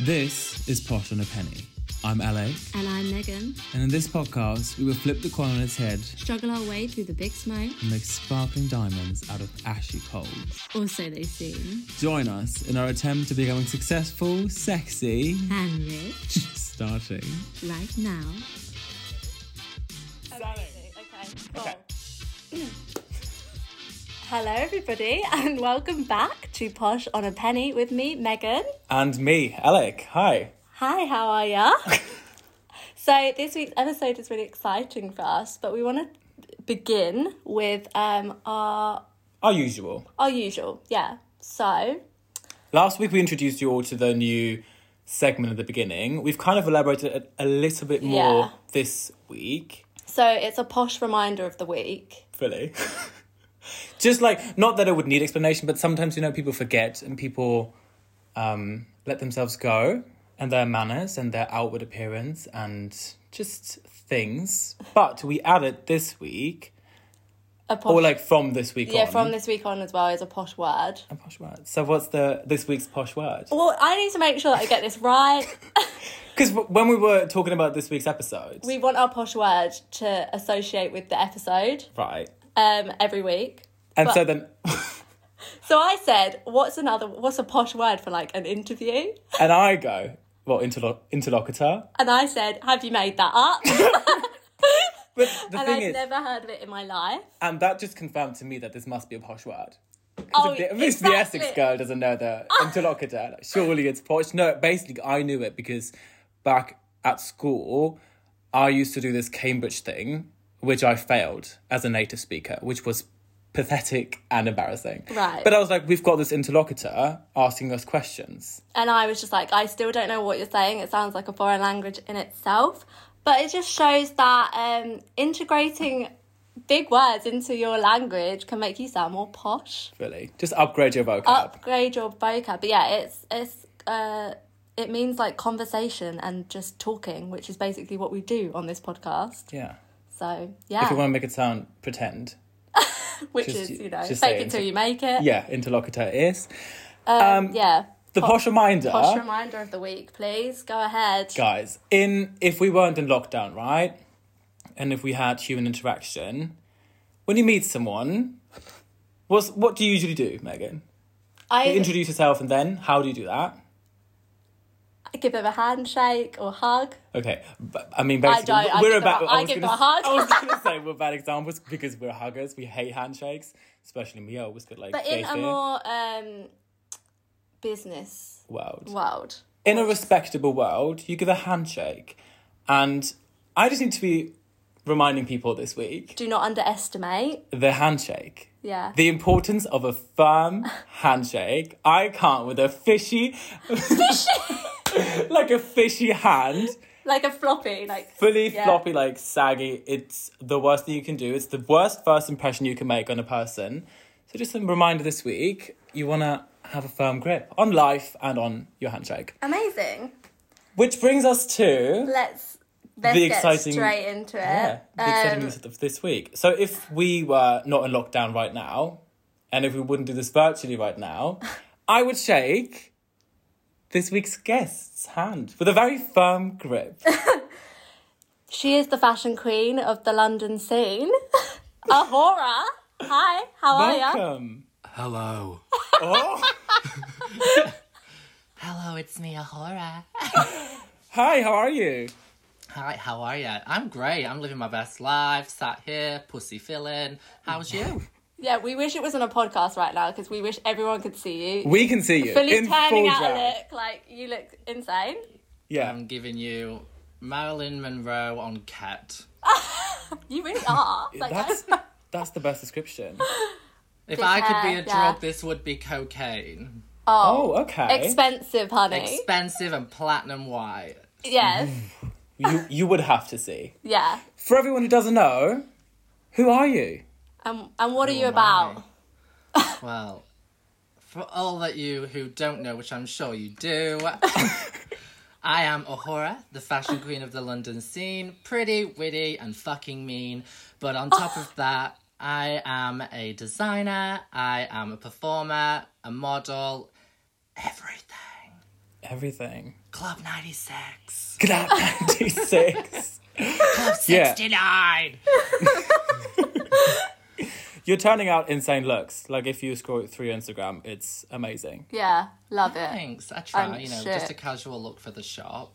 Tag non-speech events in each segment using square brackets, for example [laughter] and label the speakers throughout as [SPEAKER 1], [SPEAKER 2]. [SPEAKER 1] This is Pot on a Penny. I'm Alec,
[SPEAKER 2] And I'm Megan.
[SPEAKER 1] and in this podcast, we will flip the coin on its head
[SPEAKER 2] Struggle our way through the big smoke,
[SPEAKER 1] and make sparkling diamonds out of ashy coals.
[SPEAKER 2] or so they seem.
[SPEAKER 1] Join us in our attempt to becoming successful, sexy,
[SPEAKER 2] And rich,
[SPEAKER 1] starting.
[SPEAKER 2] right now.
[SPEAKER 3] [clears throat] Hello, everybody, and welcome back to Posh on a Penny with me, Megan.
[SPEAKER 1] And me, Alec. Hi.
[SPEAKER 3] Hi, how are ya? so, this week's episode is really exciting for us, but we want to begin with um, our,
[SPEAKER 1] Our usual.
[SPEAKER 3] our usual. Yeah. So,
[SPEAKER 1] Last week, we introduced you all to the new segment at the beginning. We've kind of elaborated a, a little bit more
[SPEAKER 3] Yeah.
[SPEAKER 1] this week.
[SPEAKER 3] so it's a posh reminder of the week.
[SPEAKER 1] fully. [laughs] Just like not that it would need explanation, but sometimes you know people forget and people um, let themselves go and their manners and their outward appearance and just things. But we added this week,
[SPEAKER 3] A posh,
[SPEAKER 1] or like from this week
[SPEAKER 3] yeah,
[SPEAKER 1] on.
[SPEAKER 3] from this week on as well is a posh word.
[SPEAKER 1] a posh word. So what's the this week's posh word?
[SPEAKER 3] Well, I need to make sure that I get
[SPEAKER 1] [laughs]
[SPEAKER 3] this right.
[SPEAKER 1] Because when we were talking about this week's episode,
[SPEAKER 3] we want our posh word to associate with the episode
[SPEAKER 1] right,
[SPEAKER 3] um, every week.
[SPEAKER 1] and so
[SPEAKER 3] But-
[SPEAKER 1] then,
[SPEAKER 3] So I said, "What's another? What's a posh word for like an interview?"
[SPEAKER 1] and I go, well, interlo- interlocutor.
[SPEAKER 3] And I said, "Have you made that
[SPEAKER 1] [laughs]
[SPEAKER 3] up?"
[SPEAKER 1] But the
[SPEAKER 3] and
[SPEAKER 1] thing
[SPEAKER 3] I've
[SPEAKER 1] is,
[SPEAKER 3] never heard of it in my life.
[SPEAKER 1] and that just confirmed to me that this must be a posh word.
[SPEAKER 3] Oh,
[SPEAKER 1] If the, if it's the Essex girl doesn't know the
[SPEAKER 3] Ah!
[SPEAKER 1] interlocutor, like, surely it's posh. No, basically, I knew it because back at school, I used to do this Cambridge thing, which I failed as a native speaker, which was pathetic and embarrassing.
[SPEAKER 3] Right.
[SPEAKER 1] But I was like, we've got this interlocutor asking us questions.
[SPEAKER 3] And I was just like, "I still don't know what you're saying. It sounds like a foreign language in itself." But it just shows that um, integrating big words into your language can make you sound more posh.
[SPEAKER 1] Really, just upgrade your vocab.
[SPEAKER 3] Upgrade your vocab. But yeah, it's it's. Uh, it means like conversation and just talking, which is basically what we do on this podcast.
[SPEAKER 1] Yeah.
[SPEAKER 3] So
[SPEAKER 1] If you
[SPEAKER 3] yeah,
[SPEAKER 1] want to make it sound pretend,
[SPEAKER 3] which
[SPEAKER 1] just-
[SPEAKER 3] is you know
[SPEAKER 1] just say
[SPEAKER 3] fake
[SPEAKER 1] it
[SPEAKER 3] it till
[SPEAKER 1] into-
[SPEAKER 3] you make it.
[SPEAKER 1] yeah, interlocutor is
[SPEAKER 3] Um, yeah.
[SPEAKER 1] the posh reminder.
[SPEAKER 3] Posh reminder of the week, please go ahead.
[SPEAKER 1] guys in if we weren't in lockdown right and if we had human interaction when you meet someone what's what do you usually do megan
[SPEAKER 3] I
[SPEAKER 1] you introduce yourself and then how do you do that
[SPEAKER 3] give them a handshake or hug.
[SPEAKER 1] okay but, i mean basically
[SPEAKER 3] don't. I
[SPEAKER 1] we're
[SPEAKER 3] give them
[SPEAKER 1] about
[SPEAKER 3] a- I
[SPEAKER 1] was
[SPEAKER 3] give
[SPEAKER 1] gonna,
[SPEAKER 3] them a hug.
[SPEAKER 1] i was gonna say we're bad examples because we're huggers we hate handshakes especially me i always get like
[SPEAKER 3] But in a
[SPEAKER 1] gaping.
[SPEAKER 3] more um, business
[SPEAKER 1] world
[SPEAKER 3] world,
[SPEAKER 1] in a respectable world, you give a handshake. And I just need to be reminding people this week
[SPEAKER 3] do not underestimate.
[SPEAKER 1] the handshake.
[SPEAKER 3] Yeah.
[SPEAKER 1] The importance of a firm handshake. I can't with a fishy, [laughs] like a fishy hand,
[SPEAKER 3] like a floppy, like
[SPEAKER 1] fully
[SPEAKER 3] Yeah.
[SPEAKER 1] floppy, like saggy. It's the worst thing you can do. It's the worst first impression you can make on a person. So just a reminder this week, you want to have a firm grip on life and on your handshake.
[SPEAKER 3] amazing.
[SPEAKER 1] Which brings us to
[SPEAKER 3] Let's let's
[SPEAKER 1] The
[SPEAKER 3] get
[SPEAKER 1] exciting-
[SPEAKER 3] straight into it.
[SPEAKER 1] Yeah, the exciting
[SPEAKER 3] Um,
[SPEAKER 1] news of this week. So if we were not in lockdown right now, and if we wouldn't do this virtually right
[SPEAKER 3] [laughs]
[SPEAKER 1] now, I would shake this week's guest's hand with a very firm
[SPEAKER 3] [laughs]
[SPEAKER 1] grip.
[SPEAKER 3] She is the fashion queen of the London scene. [laughs] Ahora. Hi, how are you?
[SPEAKER 1] Welcome.
[SPEAKER 4] Hello.
[SPEAKER 1] Oh,
[SPEAKER 4] Hello, it's me, Ahora.
[SPEAKER 1] hi. How are you?
[SPEAKER 4] Hi, how are ya? I'm great. I'm living my best life, sat here, pussy filling. How's you?
[SPEAKER 3] Yeah, we wish it was on a podcast right now because we wish everyone could see you.
[SPEAKER 1] We can see you
[SPEAKER 3] Fully
[SPEAKER 1] in
[SPEAKER 3] turning
[SPEAKER 1] full
[SPEAKER 3] out a
[SPEAKER 1] drag.
[SPEAKER 3] look like you look insane.
[SPEAKER 1] Yeah,
[SPEAKER 4] I'm giving you Marilyn Monroe on cat.
[SPEAKER 3] You
[SPEAKER 1] [laughs]
[SPEAKER 3] really are. Like, Oh,
[SPEAKER 1] that's [laughs] that's the best description.
[SPEAKER 4] If
[SPEAKER 3] Big
[SPEAKER 4] I could be
[SPEAKER 3] hair,
[SPEAKER 4] a
[SPEAKER 3] yeah.
[SPEAKER 4] drug, this would be cocaine.
[SPEAKER 3] oh,
[SPEAKER 1] Oh, okay.
[SPEAKER 3] expensive, honey.
[SPEAKER 4] Expensive and platinum white.
[SPEAKER 3] yes,
[SPEAKER 1] you you would have to see.
[SPEAKER 3] yeah.
[SPEAKER 1] For everyone who doesn't know, who are you?
[SPEAKER 3] And and what are
[SPEAKER 1] Oh,
[SPEAKER 3] you
[SPEAKER 4] my.
[SPEAKER 3] about?
[SPEAKER 4] Well, for all that you who don't know, which I'm sure you
[SPEAKER 3] [laughs]
[SPEAKER 4] do, I am Ahura, the fashion queen of the London scene. Pretty, witty, and fucking mean. But on
[SPEAKER 3] [laughs]
[SPEAKER 4] top of that, I am a designer, I am a performer, a model, everything.
[SPEAKER 1] Everything.
[SPEAKER 4] Club 96.
[SPEAKER 1] [laughs] Clap 96.
[SPEAKER 4] Club
[SPEAKER 1] Yeah.
[SPEAKER 4] 69.
[SPEAKER 1] You're turning out insane looks. Like if you scroll through Instagram, it's amazing.
[SPEAKER 3] Yeah, love it.
[SPEAKER 4] Thanks. I try,
[SPEAKER 3] I'm
[SPEAKER 4] you know,
[SPEAKER 3] shit.
[SPEAKER 4] just a casual look for the shop.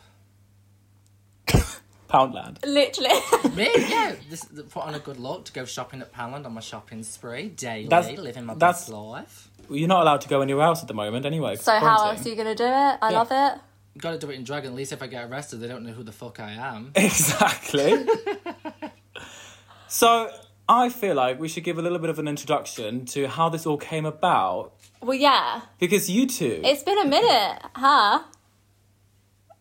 [SPEAKER 1] Poundland.
[SPEAKER 3] Literally. [laughs]
[SPEAKER 4] Me? Yeah. This, put on a good look to go shopping at Poundland on my shopping spree daily,
[SPEAKER 1] That's-
[SPEAKER 4] living my
[SPEAKER 1] that's-
[SPEAKER 4] best life.
[SPEAKER 1] You're not allowed to go anywhere else at the moment anyway.
[SPEAKER 3] so how
[SPEAKER 1] quarantine. [laughs]
[SPEAKER 3] else are you gonna do it? I
[SPEAKER 1] Yeah.
[SPEAKER 3] love it.
[SPEAKER 4] Gotta do it in Dragon. At least if I get arrested, they don't know who the fuck I am.
[SPEAKER 1] Exactly. so I feel like we should give a little bit of an introduction to how this all came about.
[SPEAKER 3] Well, yeah.
[SPEAKER 1] Because you two,
[SPEAKER 3] It's been a minute, huh?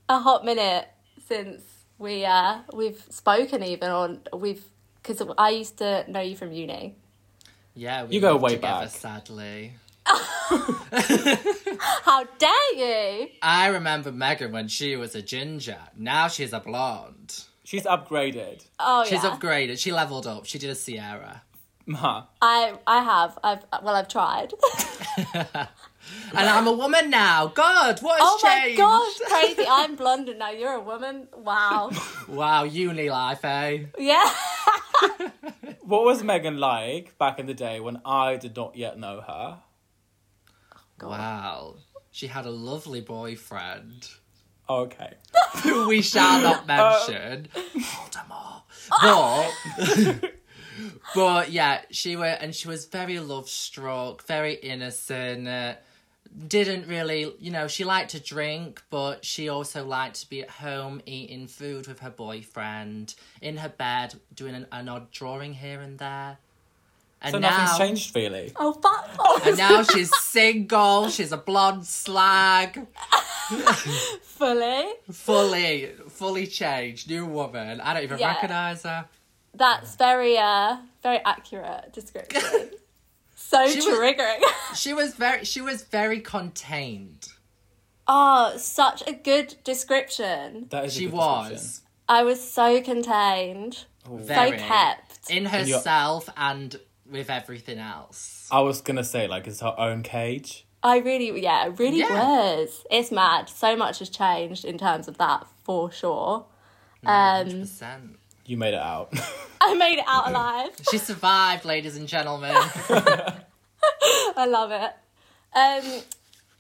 [SPEAKER 3] A hot minute since we uh we've spoken even or we've because I used to know you from uni.
[SPEAKER 4] Yeah, we
[SPEAKER 1] You go
[SPEAKER 4] lived
[SPEAKER 1] way
[SPEAKER 4] together,
[SPEAKER 1] back. [laughs]
[SPEAKER 4] Sadly, [laughs]
[SPEAKER 3] How dare you?
[SPEAKER 4] I remember Megan when she was a ginger. Now she's a blonde.
[SPEAKER 1] she's upgraded.
[SPEAKER 3] Oh
[SPEAKER 4] She's
[SPEAKER 3] yeah.
[SPEAKER 4] upgraded. She leveled up. She did a Sierra. [laughs]
[SPEAKER 1] Ma,
[SPEAKER 3] I I have. I've well I've
[SPEAKER 4] [laughs]
[SPEAKER 3] tried.
[SPEAKER 4] And I'm a woman now. God, what has
[SPEAKER 3] [laughs] oh my
[SPEAKER 4] changed?
[SPEAKER 3] gosh, crazy. I'm blonde and now you're a woman.
[SPEAKER 4] [laughs]
[SPEAKER 3] Wow.
[SPEAKER 4] Wow, uni life, eh?
[SPEAKER 3] Yeah. [laughs]
[SPEAKER 1] what was Megan like back in the day when I did not yet know her?
[SPEAKER 4] Wow. She had a lovely boyfriend
[SPEAKER 1] Okay.
[SPEAKER 4] who we shall
[SPEAKER 1] [laughs]
[SPEAKER 4] not
[SPEAKER 1] Uh,
[SPEAKER 4] mention. Voldemort. But, [laughs] but yeah, she were and she was very love struck, very innocent. Uh, didn't really, you know, she liked to drink, but she also liked to be at home eating food with her boyfriend, in her bed, doing an, an odd drawing here and there. And
[SPEAKER 1] So
[SPEAKER 4] now,
[SPEAKER 1] nothing's changed really.
[SPEAKER 3] Oh fuck. Oh,
[SPEAKER 4] and now she's single. She's a blonde slag.
[SPEAKER 3] fully.
[SPEAKER 4] fully, fully changed, new woman. I don't even
[SPEAKER 3] Yeah.
[SPEAKER 4] recognize her.
[SPEAKER 3] [laughs] That's very uh very accurate description. so
[SPEAKER 4] was-
[SPEAKER 3] triggering. [laughs]
[SPEAKER 4] She was very, she was very contained.
[SPEAKER 3] oh, such a good description.
[SPEAKER 1] That is a
[SPEAKER 4] She
[SPEAKER 1] good
[SPEAKER 4] was
[SPEAKER 3] I was so contained.
[SPEAKER 4] very
[SPEAKER 3] So kept.
[SPEAKER 4] in
[SPEAKER 1] you're-
[SPEAKER 4] herself and with everything else.
[SPEAKER 1] description. I was gonna say like it's her own cage.
[SPEAKER 3] I really yeah, I really
[SPEAKER 4] Yeah.
[SPEAKER 3] was. It's mad. So much has changed in terms of that for sure. [laughs] Um
[SPEAKER 4] 100%.
[SPEAKER 1] You made it
[SPEAKER 3] [laughs]
[SPEAKER 1] out.
[SPEAKER 3] I made it
[SPEAKER 1] Mm-hmm.
[SPEAKER 3] out alive. [laughs]
[SPEAKER 4] She survived, ladies and gentlemen.
[SPEAKER 3] I love it. Um,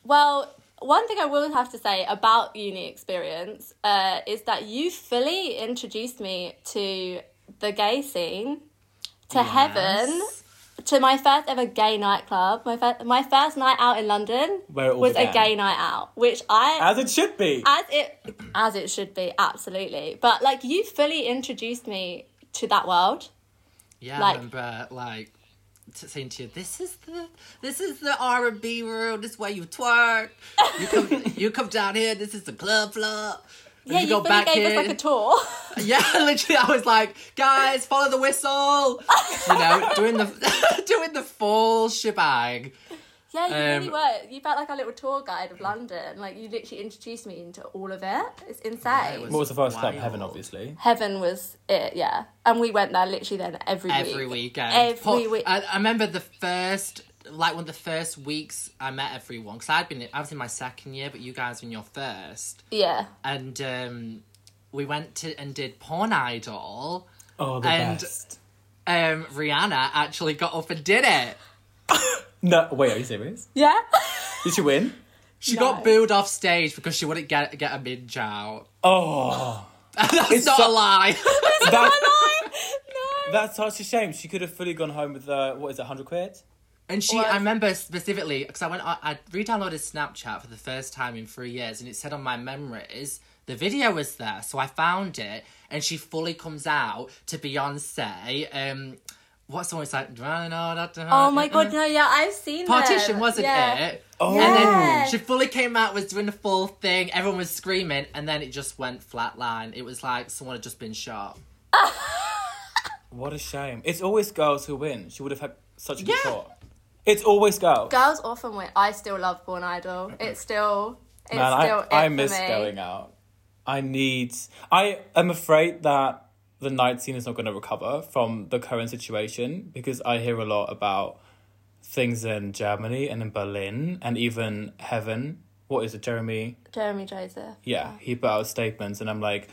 [SPEAKER 3] well, one thing I will have to say about uni experience uh, is that you fully introduced me to the gay scene, [laughs] to heaven,
[SPEAKER 4] Yes.
[SPEAKER 3] to my first ever gay nightclub. My first, my first night out in London
[SPEAKER 1] Where it all
[SPEAKER 3] was a
[SPEAKER 1] began.
[SPEAKER 3] gay night out, which I
[SPEAKER 1] As it should be.
[SPEAKER 3] as it as it should be absolutely. But like you fully introduced me to that world.
[SPEAKER 4] Yeah, I
[SPEAKER 3] Like-
[SPEAKER 4] remember like t- saying to you, "This is the this is the R and B room. This is where you twerk. You come
[SPEAKER 3] [laughs]
[SPEAKER 4] you come down here. This is the club floor. Then
[SPEAKER 3] yeah, you fully gave us like a tour. [laughs]
[SPEAKER 4] [laughs] Yeah, literally, I was like, guys, follow the whistle. You
[SPEAKER 3] [laughs]
[SPEAKER 4] know, doing the [laughs] doing the full shebang.
[SPEAKER 3] Yeah, you really
[SPEAKER 4] Um,
[SPEAKER 3] were. You felt like our little tour guide of London. Like you literally introduced me into all of it. It's insane.
[SPEAKER 4] was-
[SPEAKER 1] what was the first club? Heaven,
[SPEAKER 4] Wild.
[SPEAKER 1] obviously.
[SPEAKER 3] Heaven was it, yeah. And we went there literally then every week.
[SPEAKER 4] Every weekend. uh,
[SPEAKER 3] Every
[SPEAKER 4] Po-
[SPEAKER 3] week.
[SPEAKER 4] I, I remember the first, like one of the first weeks I met everyone because I'd been, I was in my second year, but you guys were in your first,
[SPEAKER 3] Yeah.
[SPEAKER 4] and um, we went to and did Porn Idol.
[SPEAKER 1] Oh, the
[SPEAKER 4] And-
[SPEAKER 1] best.
[SPEAKER 4] Um, Rihanna actually got up and did it.
[SPEAKER 1] No, wait, are you serious?
[SPEAKER 3] Yeah. [laughs]
[SPEAKER 1] Did she win?
[SPEAKER 4] She
[SPEAKER 3] No.
[SPEAKER 4] got booed off stage because she wouldn't get get a minge out. [laughs]
[SPEAKER 1] [laughs] Oh,
[SPEAKER 4] That's
[SPEAKER 1] It's
[SPEAKER 4] not
[SPEAKER 1] so-
[SPEAKER 4] a lie.
[SPEAKER 3] [laughs]
[SPEAKER 1] that's,
[SPEAKER 3] no.
[SPEAKER 1] that's such a shame. She could have fully gone home with uh, what is it, hundred quid?
[SPEAKER 4] And she,
[SPEAKER 3] Was-
[SPEAKER 4] I remember specifically because I went, I, I re-downloaded Snapchat for the first time in three years, and it said on my memories the video was there, so I found it, and she fully comes out to Beyonce. Um, what's the one? It's like,
[SPEAKER 3] Oh my god, no, yeah, I've seen them.
[SPEAKER 4] partition wasn't
[SPEAKER 3] yeah.
[SPEAKER 4] it?
[SPEAKER 1] Oh.
[SPEAKER 4] And
[SPEAKER 3] Yeah.
[SPEAKER 4] then she fully came out, was doing the full thing. Everyone was screaming, and then it just went flatline. It was like someone had just been shot.
[SPEAKER 1] What a shame. It's always girls who win. She would have had such a good
[SPEAKER 4] Yeah.
[SPEAKER 1] thought. It's always girls.
[SPEAKER 3] Girls often win. I still love Born Idol. It's still it's
[SPEAKER 1] Man,
[SPEAKER 3] still
[SPEAKER 1] I,
[SPEAKER 3] it
[SPEAKER 1] I
[SPEAKER 3] for
[SPEAKER 1] miss
[SPEAKER 3] me.
[SPEAKER 1] going out. I need. I am afraid that the night scene is not going to recover from the current situation because I hear a lot about things in Germany and in Berlin and even heaven what is it, Jeremy?
[SPEAKER 3] Jeremy
[SPEAKER 4] [laughs]
[SPEAKER 3] Joseph.
[SPEAKER 1] Yeah, he put out statements, and I'm like,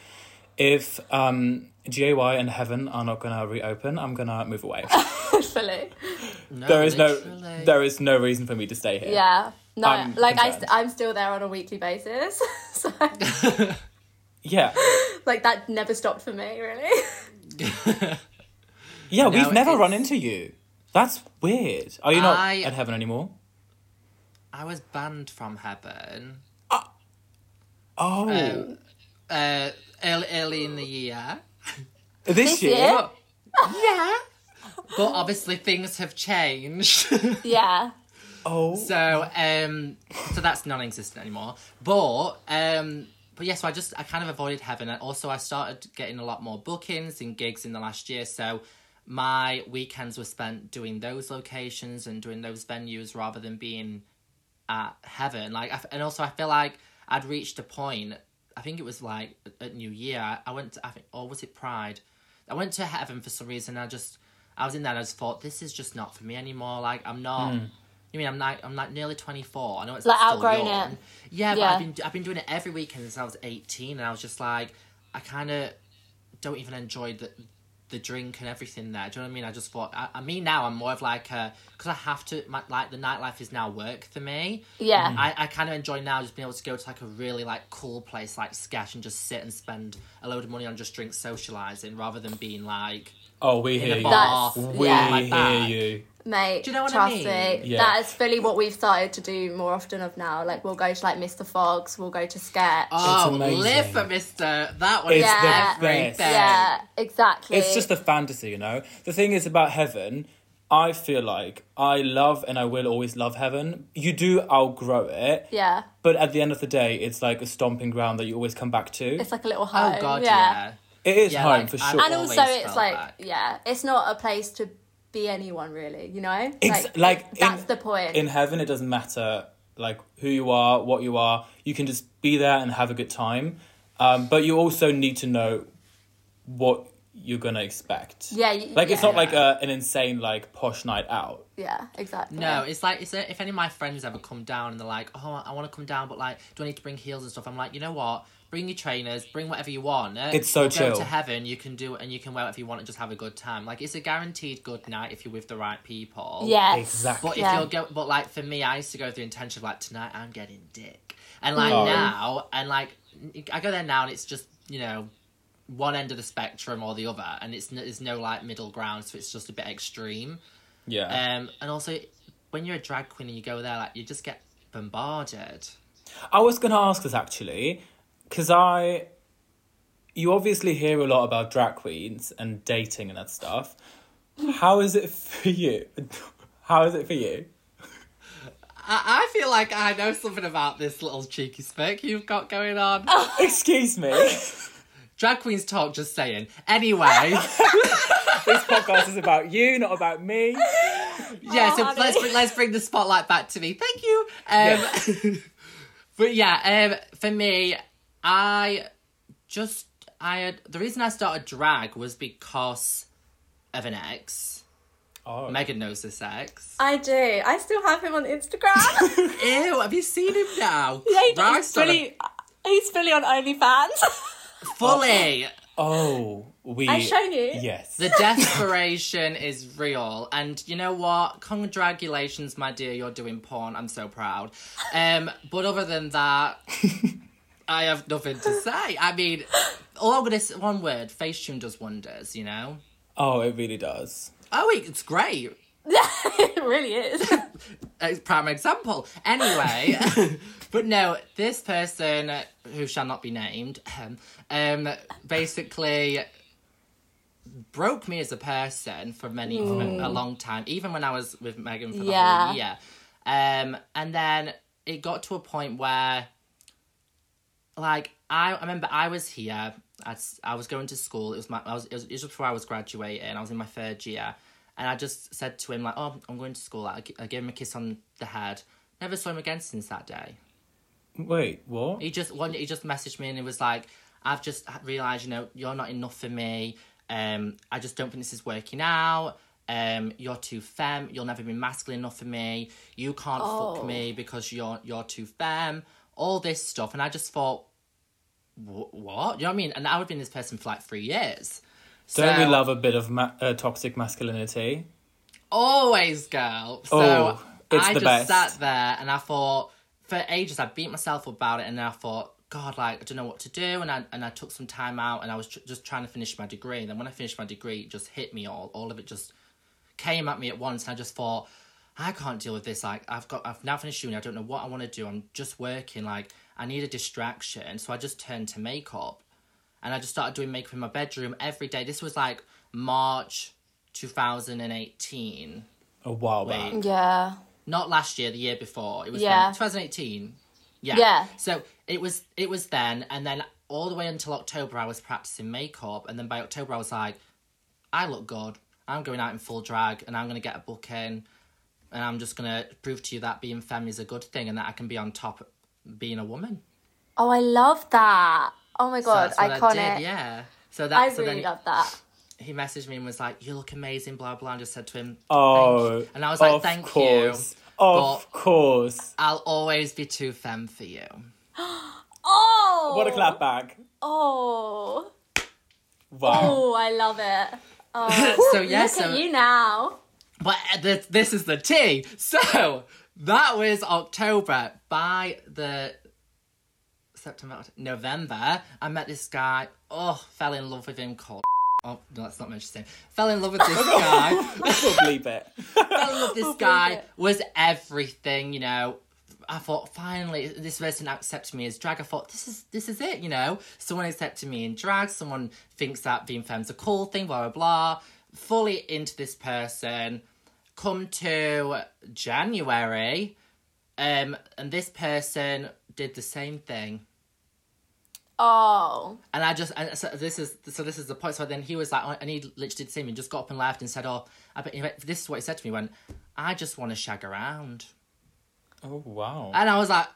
[SPEAKER 1] if um, GAY and Heaven are not gonna reopen, I'm gonna move
[SPEAKER 3] [laughs]
[SPEAKER 1] away.
[SPEAKER 3] Literally.
[SPEAKER 4] No,
[SPEAKER 1] there is no,
[SPEAKER 4] literally.
[SPEAKER 1] there is no reason for me to stay here.
[SPEAKER 3] Yeah. No,
[SPEAKER 1] I'm
[SPEAKER 3] like I,
[SPEAKER 1] concerned.
[SPEAKER 3] st- I'm still there on a weekly basis. [laughs]
[SPEAKER 1] [laughs]
[SPEAKER 3] so,
[SPEAKER 1] yeah,
[SPEAKER 3] like that never stopped for me, really.
[SPEAKER 1] yeah. we've never
[SPEAKER 4] it's-
[SPEAKER 1] run into you. That's weird. Are you not
[SPEAKER 4] I-
[SPEAKER 1] at Heaven anymore?
[SPEAKER 4] [laughs] I was banned from heaven
[SPEAKER 1] Oh,
[SPEAKER 4] uh, early, early in the year.
[SPEAKER 1] this,
[SPEAKER 3] [laughs] this
[SPEAKER 1] year.
[SPEAKER 3] year?
[SPEAKER 4] But, yeah. But obviously things have changed. [laughs]
[SPEAKER 3] yeah.
[SPEAKER 1] Oh,
[SPEAKER 4] so um so that's non-existent anymore. But um but yeah, so I just I kind of avoided heaven and also I started getting a lot more bookings and gigs in the last year, so my weekends were spent doing those locations and doing those venues rather than being at heaven. Like, I f and also I feel like I'd reached a point. I think it was like at- at New Year. I- I went. To, I think, or was it Pride? I went to heaven for some reason. I just, I was in there. and I just thought this is just not for me anymore. Like, I'm not. You mean I'm like I'm like nearly 24. I know it's
[SPEAKER 3] Like,
[SPEAKER 4] still
[SPEAKER 3] outgrown
[SPEAKER 4] young.
[SPEAKER 3] it.
[SPEAKER 4] Yeah, but
[SPEAKER 3] Yeah.
[SPEAKER 4] I've been I've been doing it every weekend since I was 18, and I was just like, I kind of don't even enjoy the the drink and everything there. Do you know what I mean? I just thought. I, I mean, now I'm more of like a because I have to. My, like the nightlife is now work for me.
[SPEAKER 3] Yeah.
[SPEAKER 1] Mm.
[SPEAKER 4] I, I kind of enjoy now just being able to go to like a really like cool place like Sketch and just sit and spend a load of money on just drinks, socializing rather than being like
[SPEAKER 1] oh, we
[SPEAKER 4] in
[SPEAKER 1] hear
[SPEAKER 4] a
[SPEAKER 1] you.
[SPEAKER 4] bar.
[SPEAKER 3] That's-
[SPEAKER 1] We
[SPEAKER 3] Yeah.
[SPEAKER 4] like
[SPEAKER 1] hear
[SPEAKER 4] that.
[SPEAKER 1] you.
[SPEAKER 3] Mate,
[SPEAKER 4] Do you know what I
[SPEAKER 3] trust
[SPEAKER 4] mean?
[SPEAKER 3] me,
[SPEAKER 1] Yeah.
[SPEAKER 3] that is fully what we've started to do more often of now. Like we'll go to like Mr. Fogg's, we'll go to Sketch.
[SPEAKER 4] Oh,
[SPEAKER 1] amazing.
[SPEAKER 4] live for Mister. That one
[SPEAKER 1] It's
[SPEAKER 4] is
[SPEAKER 3] the
[SPEAKER 4] everything.
[SPEAKER 1] best.
[SPEAKER 3] yeah, exactly.
[SPEAKER 1] It's just a fantasy, you know. The thing is about heaven. I feel like I love and I will always love heaven. You do outgrow it,
[SPEAKER 3] yeah.
[SPEAKER 1] but at the end of the day, it's like a stomping ground that you always come back to.
[SPEAKER 3] It's like a little home.
[SPEAKER 4] Oh god,
[SPEAKER 3] yeah.
[SPEAKER 4] yeah.
[SPEAKER 1] It is
[SPEAKER 4] Yeah,
[SPEAKER 1] home
[SPEAKER 4] like,
[SPEAKER 1] for
[SPEAKER 4] I'm-
[SPEAKER 1] sure.
[SPEAKER 3] And
[SPEAKER 4] Always
[SPEAKER 3] also, it's
[SPEAKER 4] felt
[SPEAKER 3] like
[SPEAKER 4] that.
[SPEAKER 3] yeah, it's not a place to be anyone really. You know,
[SPEAKER 1] Ex- like, in-
[SPEAKER 3] that's the point.
[SPEAKER 1] In heaven, it doesn't matter like who you are, what you are. You can just be there and have a good time. Um, but you also need to know what you're gonna expect.
[SPEAKER 3] Yeah, y-
[SPEAKER 1] like it's
[SPEAKER 3] yeah.
[SPEAKER 1] not like a, an insane like posh night out.
[SPEAKER 3] yeah, exactly.
[SPEAKER 4] No, it's like it's a, if any of my friends ever come down and they're like, "Oh, I want to come down, but like, do I need to bring heels and stuff?" I'm like, you know what? Bring your trainers, bring whatever you want. eh?
[SPEAKER 1] It's so
[SPEAKER 4] We'll Go
[SPEAKER 1] chill.
[SPEAKER 4] to heaven, you can do it, and you can wear whatever you want and just have a good time. Like it's a guaranteed good night if you're with the right people.
[SPEAKER 3] Yes.
[SPEAKER 1] Exactly.
[SPEAKER 4] But
[SPEAKER 3] Yeah.
[SPEAKER 4] if you're go, but like for me, I used to go through intention of like tonight I'm getting dick, and like
[SPEAKER 1] Oh.
[SPEAKER 4] now and like I go there now and it's just you know one end of the spectrum or the other, and it's no, there's no like middle ground, so it's just a bit extreme.
[SPEAKER 1] Yeah.
[SPEAKER 4] Um, and also, when you're a drag queen and you go there, like you just get bombarded.
[SPEAKER 1] I was gonna ask this actually, because I, you obviously hear a lot about drag queens and dating and that stuff. How is it [laughs] for you? How is it for
[SPEAKER 3] [laughs]
[SPEAKER 1] you?
[SPEAKER 4] I, I feel like I know something about this little cheeky spook you've got going on.
[SPEAKER 1] Excuse
[SPEAKER 3] [laughs]
[SPEAKER 1] me. this
[SPEAKER 4] Drag queens talk, just saying. Anyway, [laughs]
[SPEAKER 1] podcast is about you, not about
[SPEAKER 3] [laughs]
[SPEAKER 1] me.
[SPEAKER 4] yeah.
[SPEAKER 3] Oh,
[SPEAKER 4] so
[SPEAKER 3] honey.
[SPEAKER 4] let's bring, let's bring the spotlight back to me. Thank you. Um, [laughs] but yeah, um, for me, I just I had the reason I started drag was because of an ex.
[SPEAKER 1] Oh.
[SPEAKER 4] Megan knows this [laughs] ex.
[SPEAKER 3] I do. I still have him on Instagram. [laughs]
[SPEAKER 4] Ew, have you seen him now?
[SPEAKER 3] yeah, he's
[SPEAKER 4] Christ on a-
[SPEAKER 3] fully, he's fully on
[SPEAKER 4] [laughs]
[SPEAKER 3] OnlyFans. [laughs]
[SPEAKER 4] fully.
[SPEAKER 1] Oh, we.
[SPEAKER 3] I've shown you.
[SPEAKER 1] Yes.
[SPEAKER 4] The desperation is real, and you know what? Congratulations, my dear, you're doing porn. I'm so proud. Um, but other than that, I have nothing to say. I mean, all I'm gonna say, one word: Facetune does wonders. You know?
[SPEAKER 1] oh, it really does.
[SPEAKER 4] Oh, it- it's great.
[SPEAKER 3] it really is.
[SPEAKER 4] a prime example. Anyway, but no, this person who shall not be named, um, basically broke me as a person for many for a long time, even when I was with Megan for the
[SPEAKER 3] Yeah.
[SPEAKER 4] whole year. Um, and then it got to a point where, like, I, I remember I was here. I, s- I was going to school. It was my I was, it was it was just before I was graduating. I was in my third year, and I just said to him like, "Oh, I'm going to school." Like, I, g- I gave him a kiss on the head. Never saw him again since that day.
[SPEAKER 1] Wait, what?
[SPEAKER 4] He just one. He just messaged me and it was like, "I've just realized, you know, you're not enough for me. Um, I just don't think this is working out. Um, you're too femme. You'll never be masculine enough for me. You can't
[SPEAKER 3] Oh.
[SPEAKER 4] fuck me because you're you're too femme." all this stuff. And I just thought, "Wh- what? You know what I mean? And I've been this person for like three years.
[SPEAKER 1] Don't we
[SPEAKER 4] So-
[SPEAKER 1] love a bit of ma- uh, toxic masculinity?
[SPEAKER 4] Always, girl. So
[SPEAKER 1] Oh, it's
[SPEAKER 4] I
[SPEAKER 1] the best.
[SPEAKER 4] just sat there and I thought for ages I beat myself about it, and I thought, God, like I don't know what to do, and I and I took some time out, and I was tr- just trying to finish my degree, and then when I finished my degree, it just hit me all, all of it just came at me at once, and I just thought, I can't deal with this. Like I've got, I've now finished uni, I don't know what I want to do. I'm just working, like I need a distraction, so I just turned to makeup, and I just started doing makeup in my bedroom every day. This was like March 2018
[SPEAKER 1] A while back.
[SPEAKER 3] Yeah.
[SPEAKER 4] not last year, the year before. It was
[SPEAKER 3] Yeah.
[SPEAKER 4] then- 2018. Yeah.
[SPEAKER 3] Yeah.
[SPEAKER 4] So it was it was then, and then all the way until October, I was practicing makeup, and then by October, I was like, I look good. I'm going out in full drag, and I'm gonna get a booking, and I'm just gonna prove to you that being femme is a good thing, and that I can be on top being a woman.
[SPEAKER 3] Oh, I love that. Oh my
[SPEAKER 4] So
[SPEAKER 3] god,
[SPEAKER 4] that's what
[SPEAKER 3] iconic.
[SPEAKER 4] I did, yeah. So that
[SPEAKER 3] I
[SPEAKER 4] so
[SPEAKER 3] really
[SPEAKER 4] then
[SPEAKER 3] love that.
[SPEAKER 4] he messaged me and was like, "You look amazing," blah blah. And just said to him,
[SPEAKER 1] Oh,
[SPEAKER 4] you. And I was like,
[SPEAKER 1] of
[SPEAKER 4] "Thank you,"
[SPEAKER 1] course. Of course.
[SPEAKER 4] "I'll always be too femme for you."
[SPEAKER 3] Oh.
[SPEAKER 1] What a clapback.
[SPEAKER 3] Oh.
[SPEAKER 1] Wow.
[SPEAKER 3] Oh, I love
[SPEAKER 4] [laughs]
[SPEAKER 3] it. Oh.
[SPEAKER 4] so yeah,
[SPEAKER 3] Look
[SPEAKER 4] so
[SPEAKER 3] at you now.
[SPEAKER 4] But this, this is the tea. So that was October. By the September, Oct- November, I met this guy. Oh, fell in love with him. Called. Oh, no, that's not mentioned. his name. Fell in love with this guy.
[SPEAKER 1] [laughs] We'll bleep it.
[SPEAKER 4] [laughs] fell in love with this guy. Was everything, you know. I thought finally this person accepted me as drag. I thought this is this is it, you know. Someone accepted me in drag. Someone thinks that being femme's a cool thing. Blah blah blah. Fully into this person come to January, um, and this person did the same thing.
[SPEAKER 3] Oh.
[SPEAKER 4] And I just and so this is so this is the point. So then he was like, oh, and he literally did the same and just got up and left and said, "Oh, I bet, in fact, this is what he said to me when I just want to shag around."
[SPEAKER 1] Oh, wow.
[SPEAKER 4] And I was like,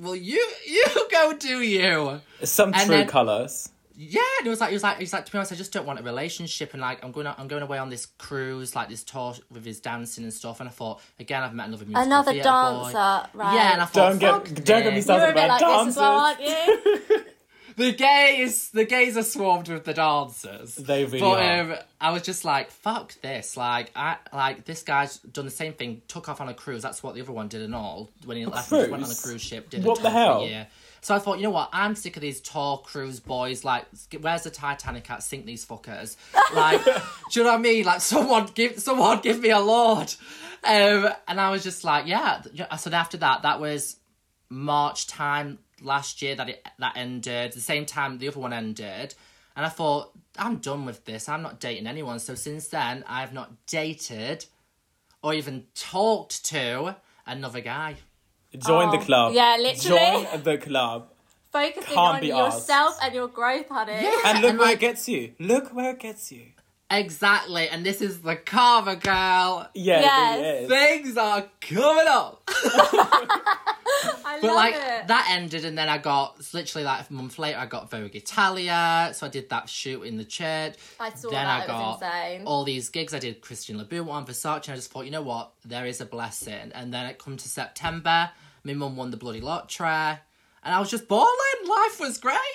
[SPEAKER 4] "Well, you you [laughs] go do you."
[SPEAKER 1] Some
[SPEAKER 4] and
[SPEAKER 1] true
[SPEAKER 4] then-
[SPEAKER 1] colours.
[SPEAKER 4] Yeah, and it was like he was like he's like to be honest, I just don't want a relationship, and like I'm going out- I'm going away on this cruise, like this tour with his dancing and stuff. And I thought again, I've met another musical
[SPEAKER 3] Another
[SPEAKER 4] theatre boy.
[SPEAKER 3] dancer, right?
[SPEAKER 4] Yeah, and I
[SPEAKER 1] Don't
[SPEAKER 4] thought,
[SPEAKER 1] get-
[SPEAKER 4] "Fuck
[SPEAKER 1] don't get me
[SPEAKER 4] this."
[SPEAKER 1] started.
[SPEAKER 3] You're a bit
[SPEAKER 1] about
[SPEAKER 3] like this as well, aren't
[SPEAKER 1] dancers. [laughs]
[SPEAKER 3] you?
[SPEAKER 4] the gays the gays are swarmed with the dancers
[SPEAKER 1] They really
[SPEAKER 4] but
[SPEAKER 1] are.
[SPEAKER 4] um, i was just like fuck this like i like this guy's done the same thing took off on a cruise that's what the other one did and all when he left he went on a
[SPEAKER 1] cruise?
[SPEAKER 4] cruise ship did a
[SPEAKER 1] What the
[SPEAKER 4] tour for a
[SPEAKER 1] hell?
[SPEAKER 4] year. so i thought you know what i'm sick of these tall cruise boys like where's the titanic at sink these fuckers
[SPEAKER 1] [laughs]
[SPEAKER 4] like do you know what i mean like someone give someone give me a lord um, and i was just like yeah th- yeah. so then after that that was March time last year that it that ended. The same time the other one ended, and I thought I'm done with this. I'm not dating anyone. So since then, I've not dated or even talked to another guy.
[SPEAKER 1] Join the club.
[SPEAKER 3] Oh, Yeah, literally.
[SPEAKER 1] Join the club.
[SPEAKER 3] Focusing
[SPEAKER 1] Can't
[SPEAKER 3] on
[SPEAKER 1] be arsed.
[SPEAKER 3] yourself and your growth, honey.
[SPEAKER 1] And look where it gets you. Look where it gets you.
[SPEAKER 4] Exactly, and this is the karma girl.
[SPEAKER 1] Yeah, it really
[SPEAKER 3] Yes.
[SPEAKER 1] is.
[SPEAKER 4] Things are coming
[SPEAKER 3] [laughs]
[SPEAKER 4] up.
[SPEAKER 3] I love
[SPEAKER 4] But like
[SPEAKER 3] it.
[SPEAKER 4] that ended, and then I got literally like a month later, I got Vogue Italia. So I did that shoot in the church.
[SPEAKER 3] I saw
[SPEAKER 4] then
[SPEAKER 3] that.
[SPEAKER 4] I
[SPEAKER 3] It was
[SPEAKER 4] got
[SPEAKER 3] insane.
[SPEAKER 4] all these gigs. I did Christian Labou one Versace, and I just thought, you know what, there is a blessing. And then it come to September, my mum won the bloody lottery, and I was just balling. Life was great. [laughs]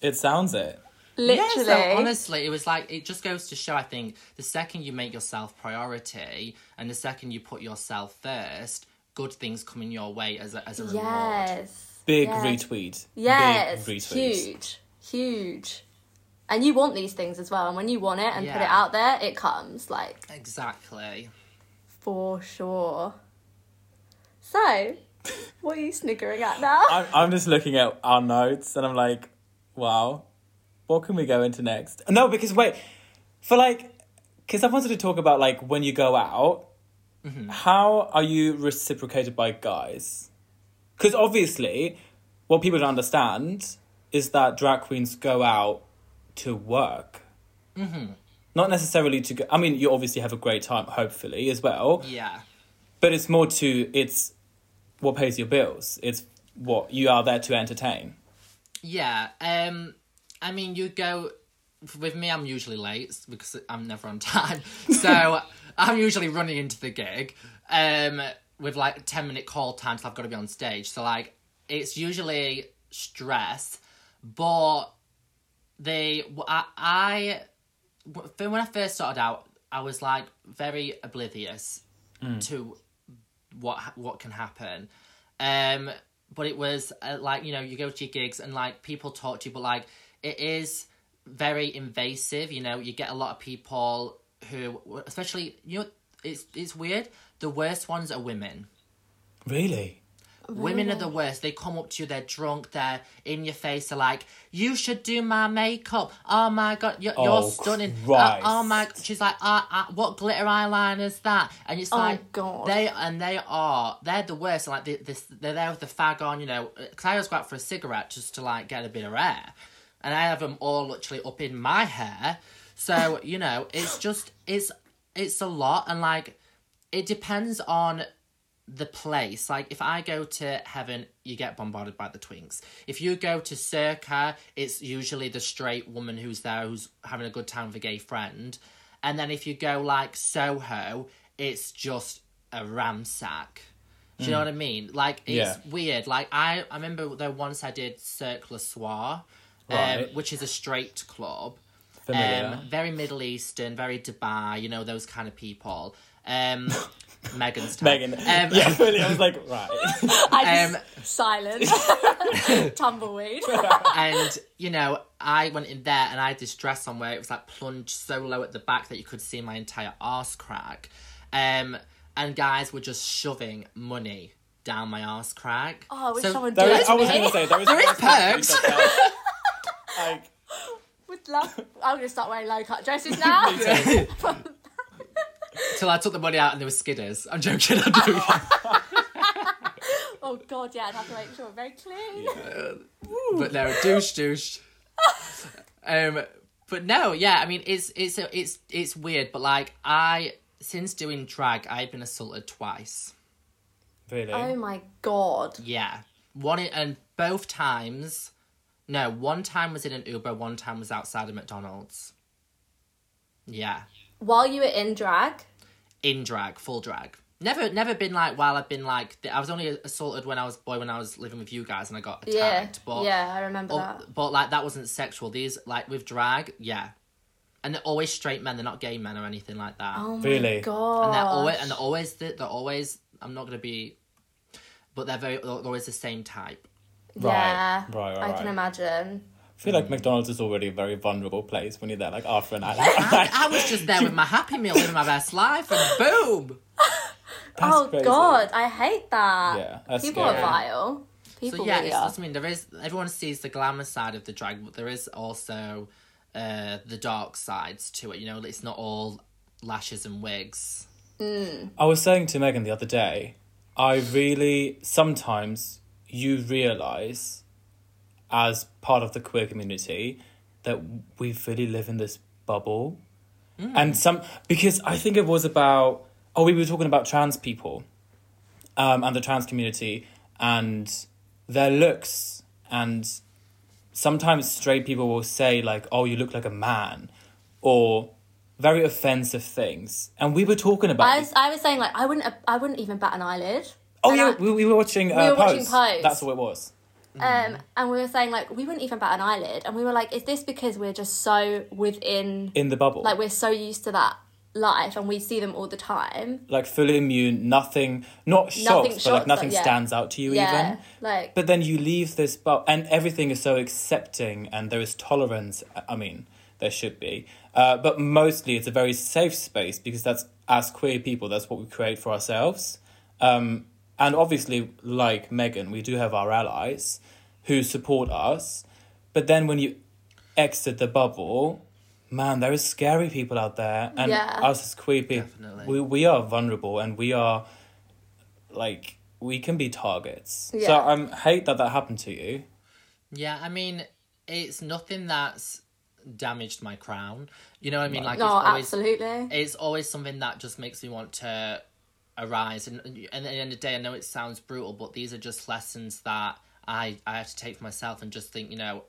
[SPEAKER 1] It sounds it.
[SPEAKER 3] literally.
[SPEAKER 4] Yeah, so honestly, it was like it just goes to show. I think the second you make yourself priority, and the second you put yourself first, good things coming your way as a as a reward.
[SPEAKER 3] yes.
[SPEAKER 1] Big
[SPEAKER 3] Yeah.
[SPEAKER 1] retweet.
[SPEAKER 3] Yes.
[SPEAKER 1] Big retweet.
[SPEAKER 3] Huge. Huge. And you want these things as well. And when you want it and put it
[SPEAKER 4] Yeah.
[SPEAKER 3] out there, it comes like
[SPEAKER 4] Exactly.
[SPEAKER 3] for sure.
[SPEAKER 1] [laughs]
[SPEAKER 3] So, what are you sniggering at now?
[SPEAKER 1] I'm, I'm just looking at our notes and I'm like, wow, what can we go into next? No, because wait, for like, because I wanted to talk about like when you go out, how are you reciprocated by guys? Because obviously, what people don't understand is that drag queens go out to work. Not necessarily to go, I mean, you obviously have a great time, hopefully, as well.
[SPEAKER 4] Yeah.
[SPEAKER 1] But it's more to it's what pays your bills. It's what you are there to entertain.
[SPEAKER 4] Yeah. Um I mean you go with me I'm usually late because I'm never on time. So I'm usually running into the gig um with like 10 minute call time so I've got to be on stage. So like it's usually stress, but they I, I when I first started out, I was like very oblivious to what ha- what can happen. Um, but it was uh, like you know you go to your gigs and like people talk to you, but like it is very invasive. You know, you get a lot of people who, especially you know, it's it's weird. The worst ones are women.
[SPEAKER 1] Really?
[SPEAKER 4] Women are the worst. They come up to you, they're drunk, they're in your face, they're like, You should do my makeup. Oh my god, you're,
[SPEAKER 1] Oh,
[SPEAKER 4] you're stunning. Uh,
[SPEAKER 1] Christ.
[SPEAKER 4] oh my she's like, uh, uh, what glitter eyeliner's that? And it's like
[SPEAKER 3] God.
[SPEAKER 4] they and they are they're the worst. Like they, this they're there with the fag on, you know, because I always go out for a cigarette just to like get a bit of air. And I have them all literally up in my hair. So, you know, it's just it's it's a lot and like it depends on the place. Like if I go to heaven, you get bombarded by the twinks. If you go to Circa, it's usually the straight woman who's there who's having a good time with a gay friend. And then if you go like Soho, it's just a ramsack. Do you know what I mean? Like it's
[SPEAKER 1] Hmm. Yeah.
[SPEAKER 4] weird. Like I, I remember though once I did Cirque Le Soir, um,
[SPEAKER 1] Right.
[SPEAKER 4] which is a straight club.
[SPEAKER 1] Familiar.
[SPEAKER 4] Um, very Middle Eastern, very Dubai, you know, those kind of people.
[SPEAKER 1] [laughs]
[SPEAKER 4] Um, Megan's time.
[SPEAKER 1] Megan.
[SPEAKER 4] Um,
[SPEAKER 1] [laughs] yeah, really. I was like, right.
[SPEAKER 3] [laughs] I [laughs] just
[SPEAKER 1] [laughs]
[SPEAKER 3] silent [laughs] tumbleweed.
[SPEAKER 4] and you know, I went in there and I had this dress on where it was like plunged so low at the back that you could see my entire arse crack. Um, and guys were just shoving money down my arse crack.
[SPEAKER 3] Oh, I wish
[SPEAKER 4] So
[SPEAKER 3] someone
[SPEAKER 1] There
[SPEAKER 3] did
[SPEAKER 1] is, I was
[SPEAKER 3] me.
[SPEAKER 1] going to say, there is,
[SPEAKER 4] There is
[SPEAKER 1] one person
[SPEAKER 4] perks.
[SPEAKER 1] who said that. [laughs] like,
[SPEAKER 3] Would love. I'm gonna start wearing low cut
[SPEAKER 1] [laughs]
[SPEAKER 3] dresses now.
[SPEAKER 4] Till I took the money out and there were skidders. I'm joking. I do.
[SPEAKER 3] oh god, yeah, I'd have to make sure I'm very clean.
[SPEAKER 4] but no,
[SPEAKER 3] [laughs]
[SPEAKER 4] douche, douche. um, but no, yeah. I mean, it's it's it's it's weird, but like I since doing drag, I've been assaulted twice.
[SPEAKER 1] really?
[SPEAKER 3] Oh my god.
[SPEAKER 4] Yeah, one in, and both times. No, one time was in an Uber, one time was outside of McDonald's. Yeah,
[SPEAKER 3] While you were in drag,
[SPEAKER 4] in drag, full drag. Never, never been like while I've been like th- I was only assaulted when I was boy when I was living with you guys and I got attacked.
[SPEAKER 3] yeah,
[SPEAKER 4] but
[SPEAKER 3] yeah, I
[SPEAKER 1] oh,
[SPEAKER 3] remember
[SPEAKER 4] But,
[SPEAKER 3] that.
[SPEAKER 4] but like that wasn't sexual. These like with drag, yeah, and they're always straight men. They're not gay men or anything like that.
[SPEAKER 3] Oh my
[SPEAKER 1] Really?
[SPEAKER 3] god.
[SPEAKER 4] and they're always and they're always they're, they're always. I'm not gonna be, but they're very they're always the same type.
[SPEAKER 3] yeah,
[SPEAKER 1] Right, right, right,
[SPEAKER 3] I can
[SPEAKER 1] right.
[SPEAKER 3] imagine.
[SPEAKER 1] I feel like McDonald's is already a very vulnerable place when you're there, like, after an hour.
[SPEAKER 4] I was just there with my happy meal, living my best life, and
[SPEAKER 3] [laughs]
[SPEAKER 4] boom.
[SPEAKER 1] [laughs] That's
[SPEAKER 3] oh
[SPEAKER 1] crazy.
[SPEAKER 3] god, I hate that.
[SPEAKER 1] Yeah, that's
[SPEAKER 3] People
[SPEAKER 1] scary.
[SPEAKER 3] are vile. People
[SPEAKER 4] So yeah,
[SPEAKER 3] really
[SPEAKER 4] it's
[SPEAKER 3] are.
[SPEAKER 4] just, I mean, there is everyone sees the glamour side of the drag, but there is also uh, the dark sides to it. You know, it's not all lashes and wigs.
[SPEAKER 1] I was saying to Megan the other day, I really sometimes you realize as part of the queer community that we really live in this bubble. And some because I think it was about oh we were talking about trans people um, and the trans community and their looks and sometimes straight people will say like oh you look like a man or very offensive things and we were talking about
[SPEAKER 3] I
[SPEAKER 1] these
[SPEAKER 3] was, I was saying like I wouldn't uh, I wouldn't even bat an eyelid.
[SPEAKER 1] Oh
[SPEAKER 3] And
[SPEAKER 1] yeah, Mm.
[SPEAKER 3] I-
[SPEAKER 1] we, we were watching. Uh,
[SPEAKER 3] were watching
[SPEAKER 1] Pose.
[SPEAKER 3] Pose.
[SPEAKER 1] That's what it was.
[SPEAKER 3] Um, and we were saying like we wouldn't even bat an eyelid, and we were like, is this because we're just so within,
[SPEAKER 1] In the bubble,
[SPEAKER 3] like
[SPEAKER 1] like,
[SPEAKER 3] we're so used to that life, and we see them all the time.
[SPEAKER 1] fully immune, nothing, not shocked, but
[SPEAKER 3] shocks,
[SPEAKER 1] like
[SPEAKER 3] but
[SPEAKER 1] nothing
[SPEAKER 3] yeah.
[SPEAKER 1] stands out to you
[SPEAKER 3] Yeah,
[SPEAKER 1] even.
[SPEAKER 3] like
[SPEAKER 1] But then you leave this bubble, and everything is so accepting, and there is tolerance. I- I mean, there should be, uh, but mostly it's a very safe space because that's as queer people, that's what we create for ourselves. Um, and obviously, like Megan, we do have our allies who support us. But then when you exit the bubble, man, there is scary people out there, and
[SPEAKER 3] Yeah.
[SPEAKER 1] us as queer people,
[SPEAKER 4] Definitely.
[SPEAKER 1] we we are vulnerable, and we are like we can be targets. So
[SPEAKER 3] Yeah.
[SPEAKER 1] I um, hate that that happened to you.
[SPEAKER 4] Yeah, I mean, it's nothing that's damaged my crown. You know what I mean? Like,
[SPEAKER 3] no,
[SPEAKER 4] it's always,
[SPEAKER 3] absolutely.
[SPEAKER 4] It's always something that just makes me want to arise. And, and at the end of the day, I know it sounds brutal, but these are just lessons that I I have to take for myself and just think, you know,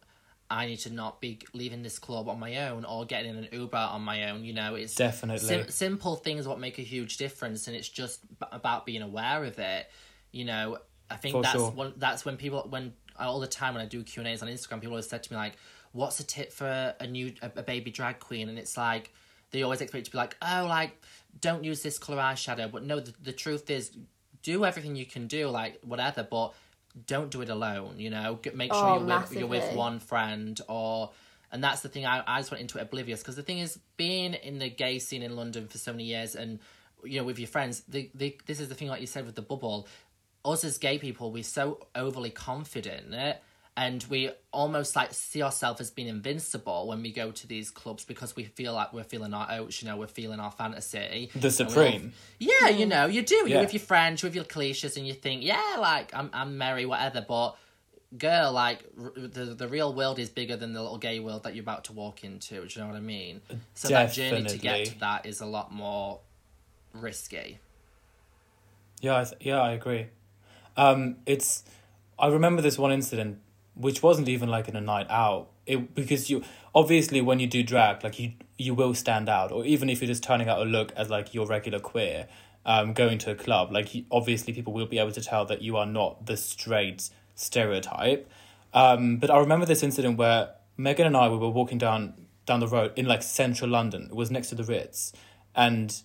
[SPEAKER 4] I need to not be leaving this club on my own or getting in an Uber on my own. You know, it's
[SPEAKER 1] Definitely.
[SPEAKER 4] sim- simple things what make a huge difference, and it's just b- about being aware of it. You know, I think
[SPEAKER 1] For
[SPEAKER 4] that's
[SPEAKER 1] sure.
[SPEAKER 4] one. That's when people when all the time when I do Q and A's on Instagram, people always said to me like, "What's a tip for a new a, a baby drag queen?" And it's like they always expect it to be like, "Oh, like don't use this color eyeshadow," but no, the, the truth is, do everything you can do, like whatever, but don't do it alone. You know, G- make sure
[SPEAKER 3] Oh,
[SPEAKER 4] you're with, you're with
[SPEAKER 3] massively.
[SPEAKER 4] one friend or. And that's the thing I, I just went into it oblivious because the thing is being in the gay scene in London for so many years and you know with your friends the, the this is the thing like you said with the bubble us as gay people, we're so overly confident in it, and we almost like see ourselves as being invincible when we go to these clubs because we feel like we're feeling our oats, you know, we're feeling our fantasy.
[SPEAKER 1] The
[SPEAKER 4] And we
[SPEAKER 1] Supreme.
[SPEAKER 4] yeah, you know, you do.
[SPEAKER 1] Yeah.
[SPEAKER 4] You're with your friends, you're with your cliches, and you think, yeah, like I'm, I'm merry, whatever. But girl, like r- the the real world is bigger than the little gay world that you're about to walk into. Do you know what I mean? So that journey to get
[SPEAKER 1] Definitely.
[SPEAKER 4] to that is a lot more risky.
[SPEAKER 1] Yeah, I th- yeah, I agree. Um, it's I remember this one incident, which wasn't even like in a night out. It because you obviously when you do drag, like you you will stand out, or even if you're just turning out a look as like your regular queer, um, going to a club, like you, obviously people will be able to tell that you are not the straight stereotype. Um, but I remember this incident where Megan and I we were walking down down the road in like central London. It was next to the Ritz, and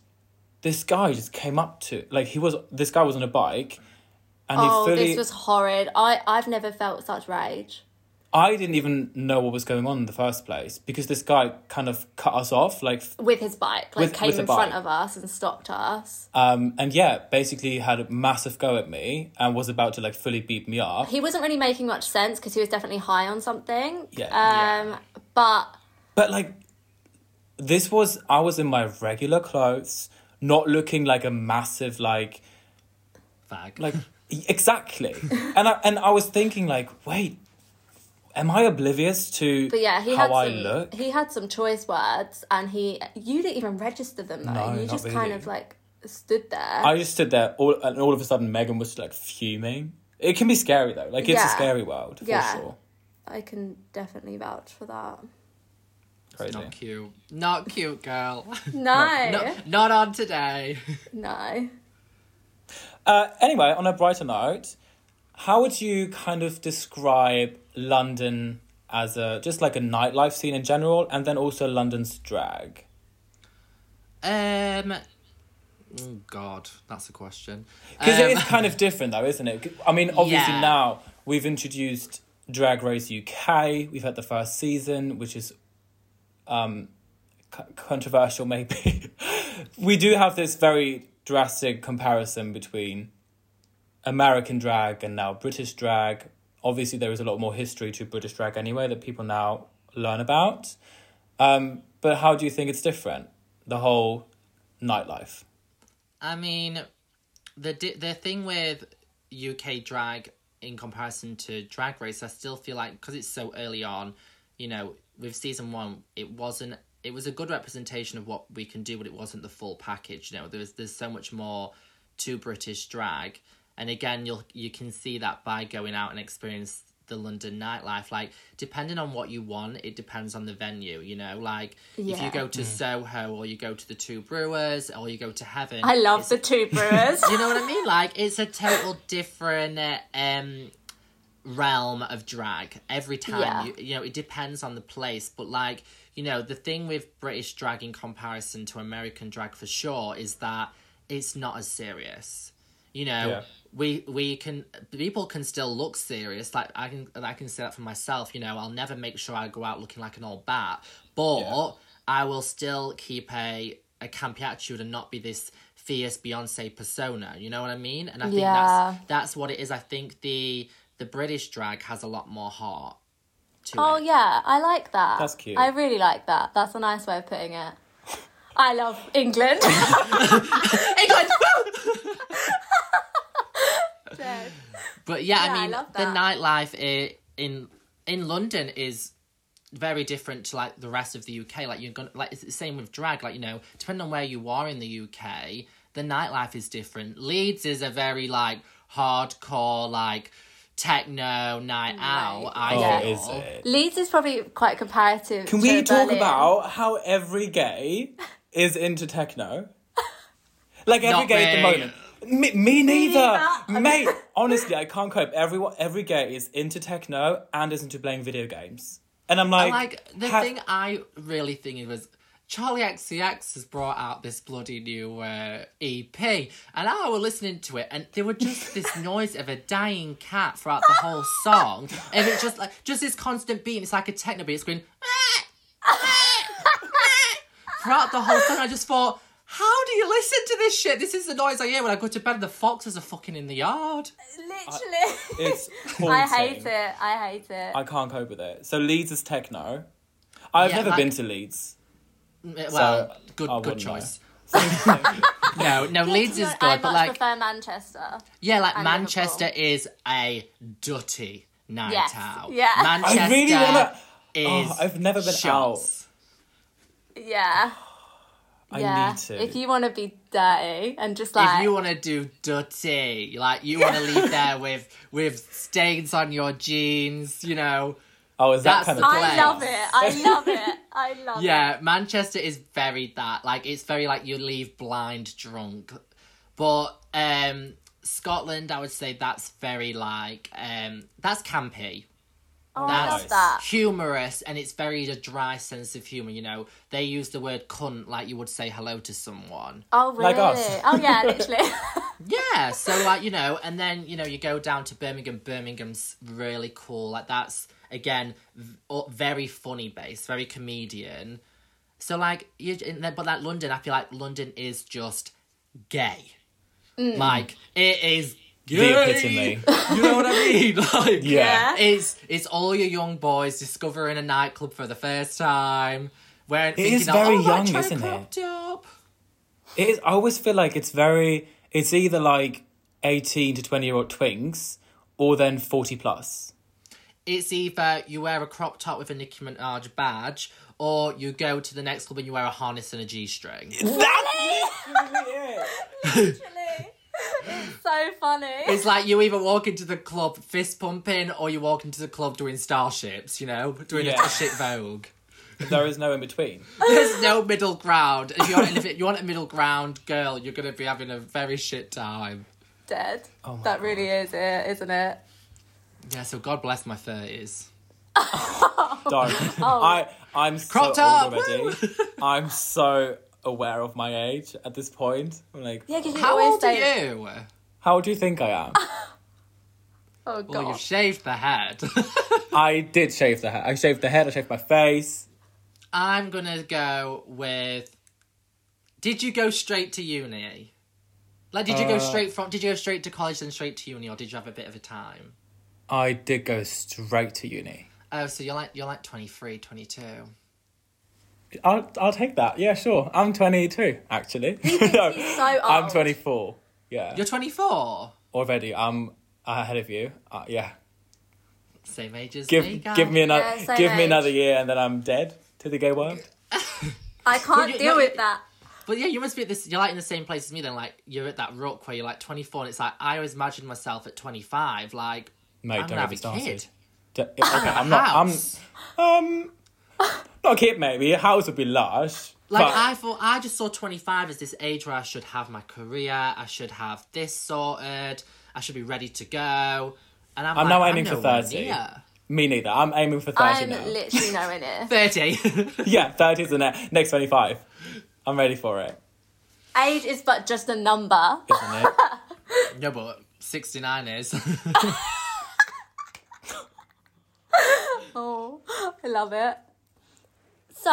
[SPEAKER 1] this guy just came up to like he was this guy was on a bike and
[SPEAKER 3] Oh,
[SPEAKER 1] he fully
[SPEAKER 3] this was horrid. I, I've never felt such rage.
[SPEAKER 1] i didn't even know what was going on in the first place because this guy kind of cut us off like f-
[SPEAKER 3] With his bike, like
[SPEAKER 1] With-
[SPEAKER 3] came
[SPEAKER 1] with the
[SPEAKER 3] in front
[SPEAKER 1] bike.
[SPEAKER 3] of us and stopped us.
[SPEAKER 1] um and yeah basically had a massive go at me and was about to like fully beat me up
[SPEAKER 3] he wasn't really making much sense because he was definitely high on something.
[SPEAKER 1] Yeah.
[SPEAKER 3] Um,
[SPEAKER 4] Yeah.
[SPEAKER 3] But
[SPEAKER 1] But like, this was I was in my regular clothes, not looking like a massive like
[SPEAKER 4] Fag.
[SPEAKER 1] like exactly. and I and I was thinking like, wait, am I oblivious to
[SPEAKER 3] but yeah, he
[SPEAKER 1] how
[SPEAKER 3] had
[SPEAKER 1] I
[SPEAKER 3] some
[SPEAKER 1] look?
[SPEAKER 3] he had some choice words, and he you didn't even register them though.
[SPEAKER 1] No,
[SPEAKER 3] you
[SPEAKER 1] not
[SPEAKER 3] just kind
[SPEAKER 1] really.
[SPEAKER 3] of like stood there.
[SPEAKER 1] I just stood there all and all of a sudden Megan was like fuming. It can be scary though. Like it's a
[SPEAKER 3] Yeah.
[SPEAKER 1] scary world for
[SPEAKER 3] Yeah.
[SPEAKER 1] sure.
[SPEAKER 3] I can definitely vouch for that.
[SPEAKER 1] Crazy.
[SPEAKER 4] Not cute. Not cute, girl. [laughs]
[SPEAKER 3] No,
[SPEAKER 4] No, not on today. [laughs]
[SPEAKER 3] no.
[SPEAKER 1] Uh, anyway, on a brighter note, how would you kind of describe London as a just like a nightlife scene in general, and then also London's drag?
[SPEAKER 4] Um, oh God, that's a question.
[SPEAKER 1] Because it
[SPEAKER 4] Um,
[SPEAKER 1] is kind of different, though, isn't it? I mean, obviously
[SPEAKER 4] Yeah.
[SPEAKER 1] now we've introduced Drag Race UK. We've had the first season, which is um, c- controversial, maybe. [laughs] we do have this very drastic comparison between American drag and now British drag. Obviously, there is a lot more history to British drag anyway that people now learn about. Um, but how do you think it's different? The whole nightlife.
[SPEAKER 4] I mean, the di- the thing with UK drag in comparison to Drag Race, I still feel like because it's so early on, you know, with season one, it wasn't. It was a good representation of what we can do, but it wasn't the full package. You know, there's there's so much more to British drag, and again, you'll you can see that by going out and experience the London nightlife. Like, depending on what you want, it depends on the venue. You know, like if you
[SPEAKER 3] Yeah.
[SPEAKER 4] go to Soho or you go to the Two Brewers or you go to Heaven,
[SPEAKER 3] I love
[SPEAKER 4] it's
[SPEAKER 3] the two brewers.
[SPEAKER 4] you know what I mean? Like it's a total different uh, um realm of drag every time.
[SPEAKER 3] Yeah.
[SPEAKER 4] You, you know, it depends on the place, but like you know, the thing with British drag in comparison to American drag for sure is that it's not as serious. You know,
[SPEAKER 1] Yeah.
[SPEAKER 4] we we can people can still look serious. Like I can I can say that for myself. You know, I'll never make sure I go out looking like an old bat, but
[SPEAKER 1] Yeah.
[SPEAKER 4] I will still keep a a campy attitude and not be this fierce Beyonce persona. You know what I mean? And I think
[SPEAKER 3] Yeah.
[SPEAKER 4] that's that's what it is. I think the the British drag has a lot more heart. To
[SPEAKER 3] Oh
[SPEAKER 4] it.
[SPEAKER 3] yeah, I like that.
[SPEAKER 1] That's cute.
[SPEAKER 3] I really like that. That's a nice way of putting
[SPEAKER 1] [laughs]
[SPEAKER 3] it. I love England. England. Dead.
[SPEAKER 4] But yeah,
[SPEAKER 3] Yeah, I
[SPEAKER 4] I mean,
[SPEAKER 3] love
[SPEAKER 4] the
[SPEAKER 3] that.
[SPEAKER 4] nightlife i- in in London is very different to like the rest of the UK. Like you're gonna like it's the same with drag. Like you know, depending on where you are in the UK, the nightlife is different. Leeds is a very like hardcore like techno night out. I
[SPEAKER 1] Oh,
[SPEAKER 3] Yeah.
[SPEAKER 4] feel.
[SPEAKER 1] is it?
[SPEAKER 3] [laughs] Leeds is probably quite comparative.
[SPEAKER 1] Can
[SPEAKER 3] to
[SPEAKER 1] we talk
[SPEAKER 3] Berlin. [laughs]
[SPEAKER 1] about how every gay is into techno? Like every
[SPEAKER 4] Not
[SPEAKER 1] gay at the
[SPEAKER 4] me.
[SPEAKER 1] moment. Me, me neither,
[SPEAKER 3] neither. [laughs]
[SPEAKER 1] mate. honestly, I can't cope. Everyone, every gay is into techno and is into playing video games, and I'm like,
[SPEAKER 4] Like the
[SPEAKER 1] ha-
[SPEAKER 4] thing I really think it was Charlie XCX has brought out this bloody new uh, EP, and I was listening to it, and there were
[SPEAKER 1] [laughs]
[SPEAKER 4] just this noise of a dying cat throughout the whole song, and it's just like just this constant beat. and It's like a techno beat. It's going [laughs] throughout the whole song. I just thought. How do you listen to this shit? This is the noise I hear when I go to bed. and The foxes are fucking in the yard.
[SPEAKER 3] Literally.
[SPEAKER 1] It's
[SPEAKER 3] [laughs] I
[SPEAKER 1] haunting.
[SPEAKER 3] hate it. I hate it.
[SPEAKER 1] I can't cope with it. So Leeds is techno. I've
[SPEAKER 4] Yeah,
[SPEAKER 1] never
[SPEAKER 4] like-
[SPEAKER 1] been to Leeds.
[SPEAKER 4] Mm, Well, good,
[SPEAKER 1] I
[SPEAKER 4] good
[SPEAKER 1] wouldn't know.
[SPEAKER 4] choice. [laughs] no,
[SPEAKER 1] [laughs]
[SPEAKER 4] no, Leeds is
[SPEAKER 3] I
[SPEAKER 4] good,
[SPEAKER 3] much
[SPEAKER 4] but like,
[SPEAKER 3] prefer Manchester.
[SPEAKER 4] Yeah, like
[SPEAKER 3] and
[SPEAKER 4] Manchester is a dirty night
[SPEAKER 3] Yes,
[SPEAKER 4] out.
[SPEAKER 3] yeah. I
[SPEAKER 4] Manchester
[SPEAKER 1] really wanna-
[SPEAKER 4] is.
[SPEAKER 1] Oh, I've never been
[SPEAKER 4] shots.
[SPEAKER 3] Yeah.
[SPEAKER 1] I
[SPEAKER 3] yeah.
[SPEAKER 1] need to.
[SPEAKER 3] If you want to be dirty and just like.
[SPEAKER 4] If you want to do dirty, like you want
[SPEAKER 3] [laughs]
[SPEAKER 4] to leave there with with stains on your jeans, you know.
[SPEAKER 1] oh, is that kind
[SPEAKER 4] That's
[SPEAKER 1] of
[SPEAKER 4] the
[SPEAKER 1] place?
[SPEAKER 3] I love it. I love it. I love it.
[SPEAKER 4] [laughs] Yeah, Manchester is very that. Like it's very like you leave blind drunk. But um Scotland, I would say that's very like um that's campy.
[SPEAKER 3] Oh, I
[SPEAKER 4] That's
[SPEAKER 1] Nice.
[SPEAKER 3] love that.
[SPEAKER 4] humorous and it's very a dry sense of humor. You know, they use the word cunt like you would say hello to someone.
[SPEAKER 3] Oh, really?
[SPEAKER 1] Like us.
[SPEAKER 3] Oh, yeah,
[SPEAKER 1] [laughs]
[SPEAKER 3] literally.
[SPEAKER 4] Yeah, so like you know, and then you know you go down to Birmingham. Birmingham's really cool. Like that's again v- uh, very funny based, very comedian. So like you, and then, but like London, I feel like London is just gay. Like it is.
[SPEAKER 1] The
[SPEAKER 4] gay.
[SPEAKER 1] epitome.
[SPEAKER 4] You know what I [laughs] mean? Like
[SPEAKER 1] Yeah.
[SPEAKER 3] Yeah.
[SPEAKER 4] [laughs] it's it's all your young boys discovering a nightclub for the first time. Wearing thinking,
[SPEAKER 1] is very
[SPEAKER 4] oh,
[SPEAKER 1] young,
[SPEAKER 4] my
[SPEAKER 1] isn't it?
[SPEAKER 4] cropped Up.
[SPEAKER 1] It is. I always feel like it's very. It's either like eighteen to twenty year old twinks, or then forty plus.
[SPEAKER 4] It's either you wear a crop top with a Nicki Minaj badge, or you go to the next club and you wear a harness and a G string.
[SPEAKER 1] That's literally it.
[SPEAKER 3] Literally. It's so funny.
[SPEAKER 4] It's like you either walk into the club fist pumping, or you walk into the club doing starships. You know, doing a-
[SPEAKER 1] Yeah.
[SPEAKER 4] a shit vogue.
[SPEAKER 1] There is no in between.
[SPEAKER 4] There's no middle ground. If you want, if you want a middle ground, girl, you're gonna be having a very shit time.
[SPEAKER 3] dead.
[SPEAKER 1] Oh my
[SPEAKER 3] that really is it, isn't it? [laughs]
[SPEAKER 4] Yeah, so God bless my thirties.
[SPEAKER 1] Don't.
[SPEAKER 3] Oh.
[SPEAKER 1] I. I'm so
[SPEAKER 4] Cropped
[SPEAKER 1] old
[SPEAKER 4] up,
[SPEAKER 1] already. I'm so aware of my age at this point. I'm like,
[SPEAKER 3] Yeah, because you
[SPEAKER 4] How
[SPEAKER 3] always
[SPEAKER 4] old are
[SPEAKER 3] say,
[SPEAKER 4] you?
[SPEAKER 1] how old do you think I
[SPEAKER 3] [laughs]
[SPEAKER 1] am?
[SPEAKER 3] "Oh
[SPEAKER 4] Well, you've
[SPEAKER 3] god."
[SPEAKER 4] shaved the head. [laughs]
[SPEAKER 1] I did shave the hair. I shaved the head. I shaved my face.
[SPEAKER 4] I'm gonna go with. Did you go straight to uni? Like, did you go
[SPEAKER 1] Uh,
[SPEAKER 4] straight from? Did you go straight to college then straight to uni, or did you have a bit of a time?
[SPEAKER 1] I did go straight to uni.
[SPEAKER 4] Oh, so you're like you're like 23, 22.
[SPEAKER 1] I'll I'll take that. Yeah, sure. I'm 22 actually.
[SPEAKER 3] [laughs]
[SPEAKER 1] No,
[SPEAKER 3] he's so old.
[SPEAKER 1] I'm 24. Yeah.
[SPEAKER 4] You're 24.
[SPEAKER 1] already I'm ahead of you. Uh, yeah.
[SPEAKER 4] Same age as
[SPEAKER 1] Give
[SPEAKER 4] me. guys.
[SPEAKER 1] give me another
[SPEAKER 3] Yeah, same
[SPEAKER 1] give me
[SPEAKER 3] age.
[SPEAKER 1] another year and then I'm dead to the gay world. [laughs]
[SPEAKER 3] I can't
[SPEAKER 4] you-
[SPEAKER 3] deal
[SPEAKER 4] you-
[SPEAKER 3] with that.
[SPEAKER 4] But yeah, you must be at this. You're like in the same place as me. Then like you're at that rock where you're like 24, and it's like I always imagined myself at 25. Like
[SPEAKER 1] Mate, don't
[SPEAKER 4] I'm gonna
[SPEAKER 1] get me
[SPEAKER 4] have a
[SPEAKER 1] started.
[SPEAKER 4] kid. Oh,
[SPEAKER 1] D- okay, I'm not I'm
[SPEAKER 4] House.
[SPEAKER 1] um not a kid maybe. A house would be lush.
[SPEAKER 4] Like
[SPEAKER 1] but
[SPEAKER 4] I thought, I just saw twenty five as this age where I should have my career, I should have this sorted, I should be ready to go. And I'm,
[SPEAKER 1] I'm
[SPEAKER 4] like,
[SPEAKER 1] now aiming
[SPEAKER 4] I'm
[SPEAKER 1] for
[SPEAKER 4] nowhere
[SPEAKER 1] 30.
[SPEAKER 4] near.
[SPEAKER 1] me neither. I'm aiming for 30
[SPEAKER 3] I'm
[SPEAKER 1] now.
[SPEAKER 3] literally nowhere near.
[SPEAKER 1] [laughs]
[SPEAKER 4] Thirty. [laughs]
[SPEAKER 1] yeah, 30 is the ne- next 25. I'm ready for it.
[SPEAKER 3] Age is but just a number. [laughs]
[SPEAKER 1] Isn't
[SPEAKER 4] [laughs]
[SPEAKER 1] it?
[SPEAKER 4] no, but sixty nine is. [laughs]
[SPEAKER 3] Oh, I love it. So,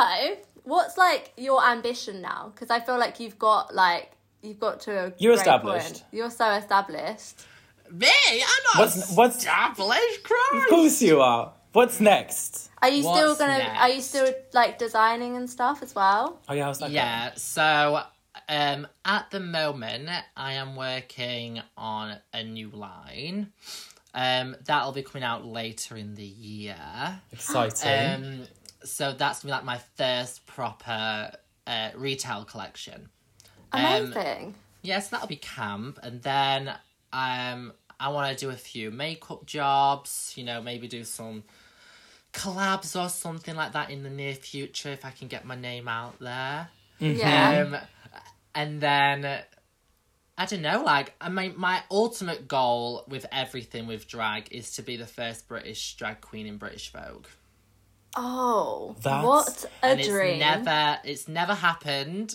[SPEAKER 3] what's like your ambition now? Because I feel like you've got like you've got to. A
[SPEAKER 1] You're
[SPEAKER 3] great
[SPEAKER 1] established.
[SPEAKER 3] point. You're so established.
[SPEAKER 4] me, I'm not
[SPEAKER 1] What's- what's-
[SPEAKER 4] established.
[SPEAKER 1] of
[SPEAKER 4] Christ.
[SPEAKER 1] course you are. What's next?
[SPEAKER 3] Are you still
[SPEAKER 4] What's
[SPEAKER 3] gonna? Are you still
[SPEAKER 4] next?
[SPEAKER 3] like designing and stuff as well?
[SPEAKER 1] Oh yeah, how's that going?
[SPEAKER 4] Yeah. So, um, at the moment, I am working on a new line. Um, that'll be coming out later in the year.
[SPEAKER 1] Exciting.
[SPEAKER 4] Um, so that's me, like my first proper uh, retail collection. Um,
[SPEAKER 3] Amazing.
[SPEAKER 4] Yes, that'll be camp, and then um, I want to do a few makeup jobs. You know, maybe do some collabs or something like that in the near future if I mm-hmm. can get my name out there.
[SPEAKER 3] yeah.
[SPEAKER 4] Um, and Um, then I don't know, like, I mean, my ultimate goal with everything with drag is to be the first British drag queen in British Vogue.
[SPEAKER 3] Oh,
[SPEAKER 1] That's-
[SPEAKER 3] what a
[SPEAKER 4] and
[SPEAKER 3] dream!
[SPEAKER 4] it's never, it's never happened.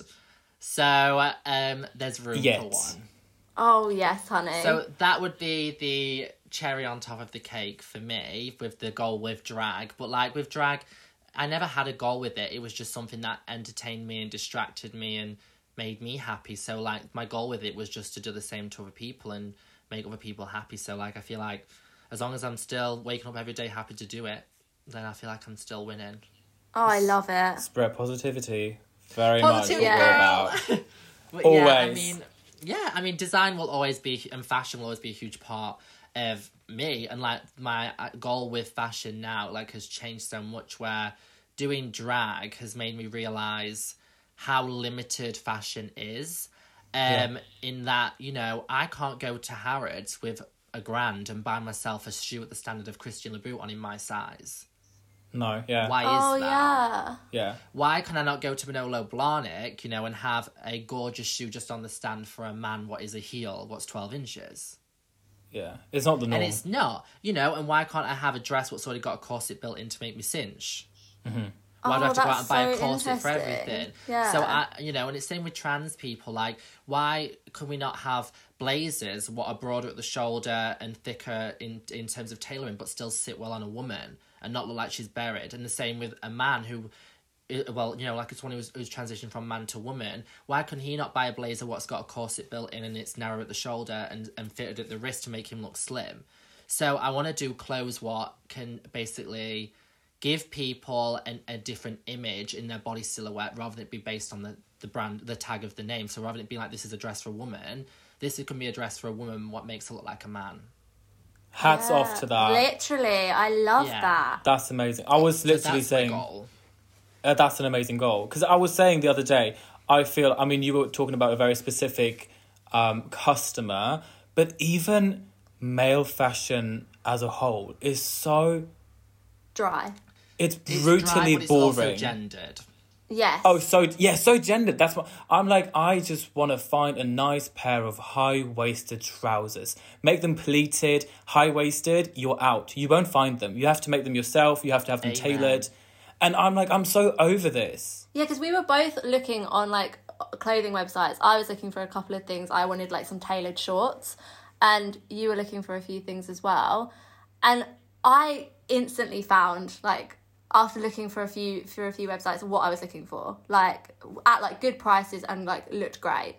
[SPEAKER 4] So, um, there's room
[SPEAKER 1] Yet.
[SPEAKER 4] for one.
[SPEAKER 3] Oh yes, honey.
[SPEAKER 4] So that would be the cherry on top of the cake for me with the goal with drag. But like with drag, I never had a goal with it. It was just something that entertained me and distracted me and made me happy. So like my goal with it was just to do the same to other people and make other people happy. So like I feel like as long as I'm still waking up every day happy to do it, then I feel like I'm still winning.
[SPEAKER 3] oh, I love it.
[SPEAKER 1] Spread positivity. Very much
[SPEAKER 4] Positive
[SPEAKER 1] what
[SPEAKER 3] girl.
[SPEAKER 1] we're about.
[SPEAKER 4] [laughs] But yeah, I
[SPEAKER 1] Always.
[SPEAKER 4] mean, yeah, I mean, design will always be, and fashion will always be a huge part of me. And like my uh, goal with fashion now, like, has changed so much. Where doing drag has made me realize how limited fashion is. Um, in that you know, I can't go to Harrods with a grand and buy myself a shoe at the standard of Christian Louboutin in my size.
[SPEAKER 1] No, yeah.
[SPEAKER 4] Why
[SPEAKER 3] Oh
[SPEAKER 4] is that?
[SPEAKER 3] yeah.
[SPEAKER 1] Yeah.
[SPEAKER 4] why can I not go to Manolo Blahnik, you know, and have a gorgeous shoe just on the stand for a man? What is a heel? What's twelve inches?
[SPEAKER 1] Yeah. It's not the norm.
[SPEAKER 4] And it's not, you know. And why can't I have a dress what's already got a corset built in to make me cinch? Why do I
[SPEAKER 3] Oh,
[SPEAKER 4] have to go out and
[SPEAKER 3] that's
[SPEAKER 4] buy a
[SPEAKER 3] so
[SPEAKER 4] corset for
[SPEAKER 3] interesting.
[SPEAKER 4] everything?
[SPEAKER 3] Yeah.
[SPEAKER 4] So I, you know, and it's same with trans people. Like, why can we not have blazers what are broader at the shoulder and thicker in in terms of tailoring, but still sit well on a woman and not look like she's buried? And the same with a man who. i- Well, you know, like it's one who's, who's transitioned from man to woman. Why can he not buy a blazer what's got a corset built in and it's narrow at the shoulder and, and fitted at the wrist to make him look slim? So I want to do clothes what can basically give people an, a different image in their body silhouette rather than it be based on the, the brand the tag of the name so rather than it being like this is a dress for a woman this can be a dress for a woman what makes her look like a man
[SPEAKER 1] Hats off to that.
[SPEAKER 3] Literally, I love
[SPEAKER 4] Yeah.
[SPEAKER 3] that.
[SPEAKER 1] that's amazing. I was
[SPEAKER 4] So
[SPEAKER 1] literally
[SPEAKER 4] that's
[SPEAKER 1] saying
[SPEAKER 4] my goal
[SPEAKER 1] Uh, that's an amazing goal. Because I was saying the other day, I feel, I mean, you were talking about a very specific um, customer, but even male fashion as a whole is so,
[SPEAKER 3] Dry.
[SPEAKER 1] it's
[SPEAKER 4] It's
[SPEAKER 1] brutally
[SPEAKER 4] dry, but it's also
[SPEAKER 1] boring.
[SPEAKER 4] gendered
[SPEAKER 3] Yes.
[SPEAKER 1] Oh, so yeah, so gendered. That's what I'm like. I just want to find a nice pair of high waisted trousers. Make them pleated, high waisted. You're out. You won't find them. You have to make them yourself. You have to have them
[SPEAKER 4] Amen.
[SPEAKER 1] tailored. And I'm like, I'm so over this.
[SPEAKER 3] Yeah, because we were both looking on like clothing websites. I was looking for a couple of things. I wanted like some tailored shorts, and you were looking for a few things as well. And I instantly found like after looking for a few for a few websites what I was looking for, like at like good prices and like looked great.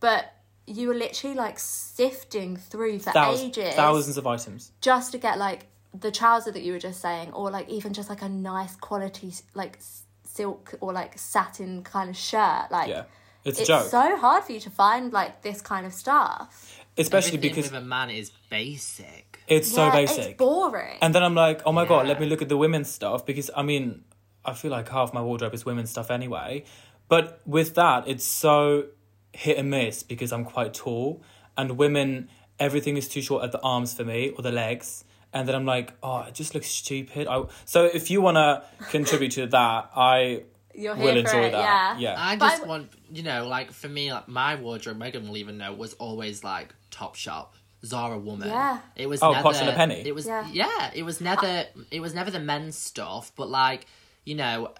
[SPEAKER 3] But you were literally like sifting through for
[SPEAKER 1] Thous-
[SPEAKER 3] ages
[SPEAKER 1] thousands of items.
[SPEAKER 3] just to get like the trouser that you were just saying or like even just like a nice quality like s- silk or like satin kind of shirt like
[SPEAKER 1] Yeah, it's,
[SPEAKER 3] it's
[SPEAKER 1] a joke,
[SPEAKER 3] so hard for you to find like this kind of stuff
[SPEAKER 1] especially
[SPEAKER 4] Everything
[SPEAKER 1] because
[SPEAKER 4] with a man is basic
[SPEAKER 1] it's so
[SPEAKER 3] Yeah,
[SPEAKER 1] basic.
[SPEAKER 3] it's boring
[SPEAKER 1] and then I'm like, oh my god,
[SPEAKER 4] Yeah.
[SPEAKER 1] let me look at the women's stuff because I mean, I feel like half my wardrobe is women's stuff anyway. But with that, it's so hit and miss because I'm quite tall, and women, everything is too short at the arms for me or the legs. And then I'm like, oh, it just looks stupid. I... So if you want to contribute to that, I
[SPEAKER 3] you're here
[SPEAKER 1] will
[SPEAKER 3] for
[SPEAKER 1] enjoy
[SPEAKER 3] it
[SPEAKER 1] that.
[SPEAKER 3] yeah
[SPEAKER 4] I
[SPEAKER 3] But
[SPEAKER 4] just
[SPEAKER 3] I-
[SPEAKER 4] want, you know, like for me, like my wardrobe, Megan will even know, was always like Topshop, Zara woman.
[SPEAKER 3] Yeah.
[SPEAKER 4] It was
[SPEAKER 1] Oh,
[SPEAKER 4] never,
[SPEAKER 1] Posh and a Penny.
[SPEAKER 4] It was
[SPEAKER 3] Yeah.
[SPEAKER 4] yeah. It was never. It was never the men's stuff, but like you know,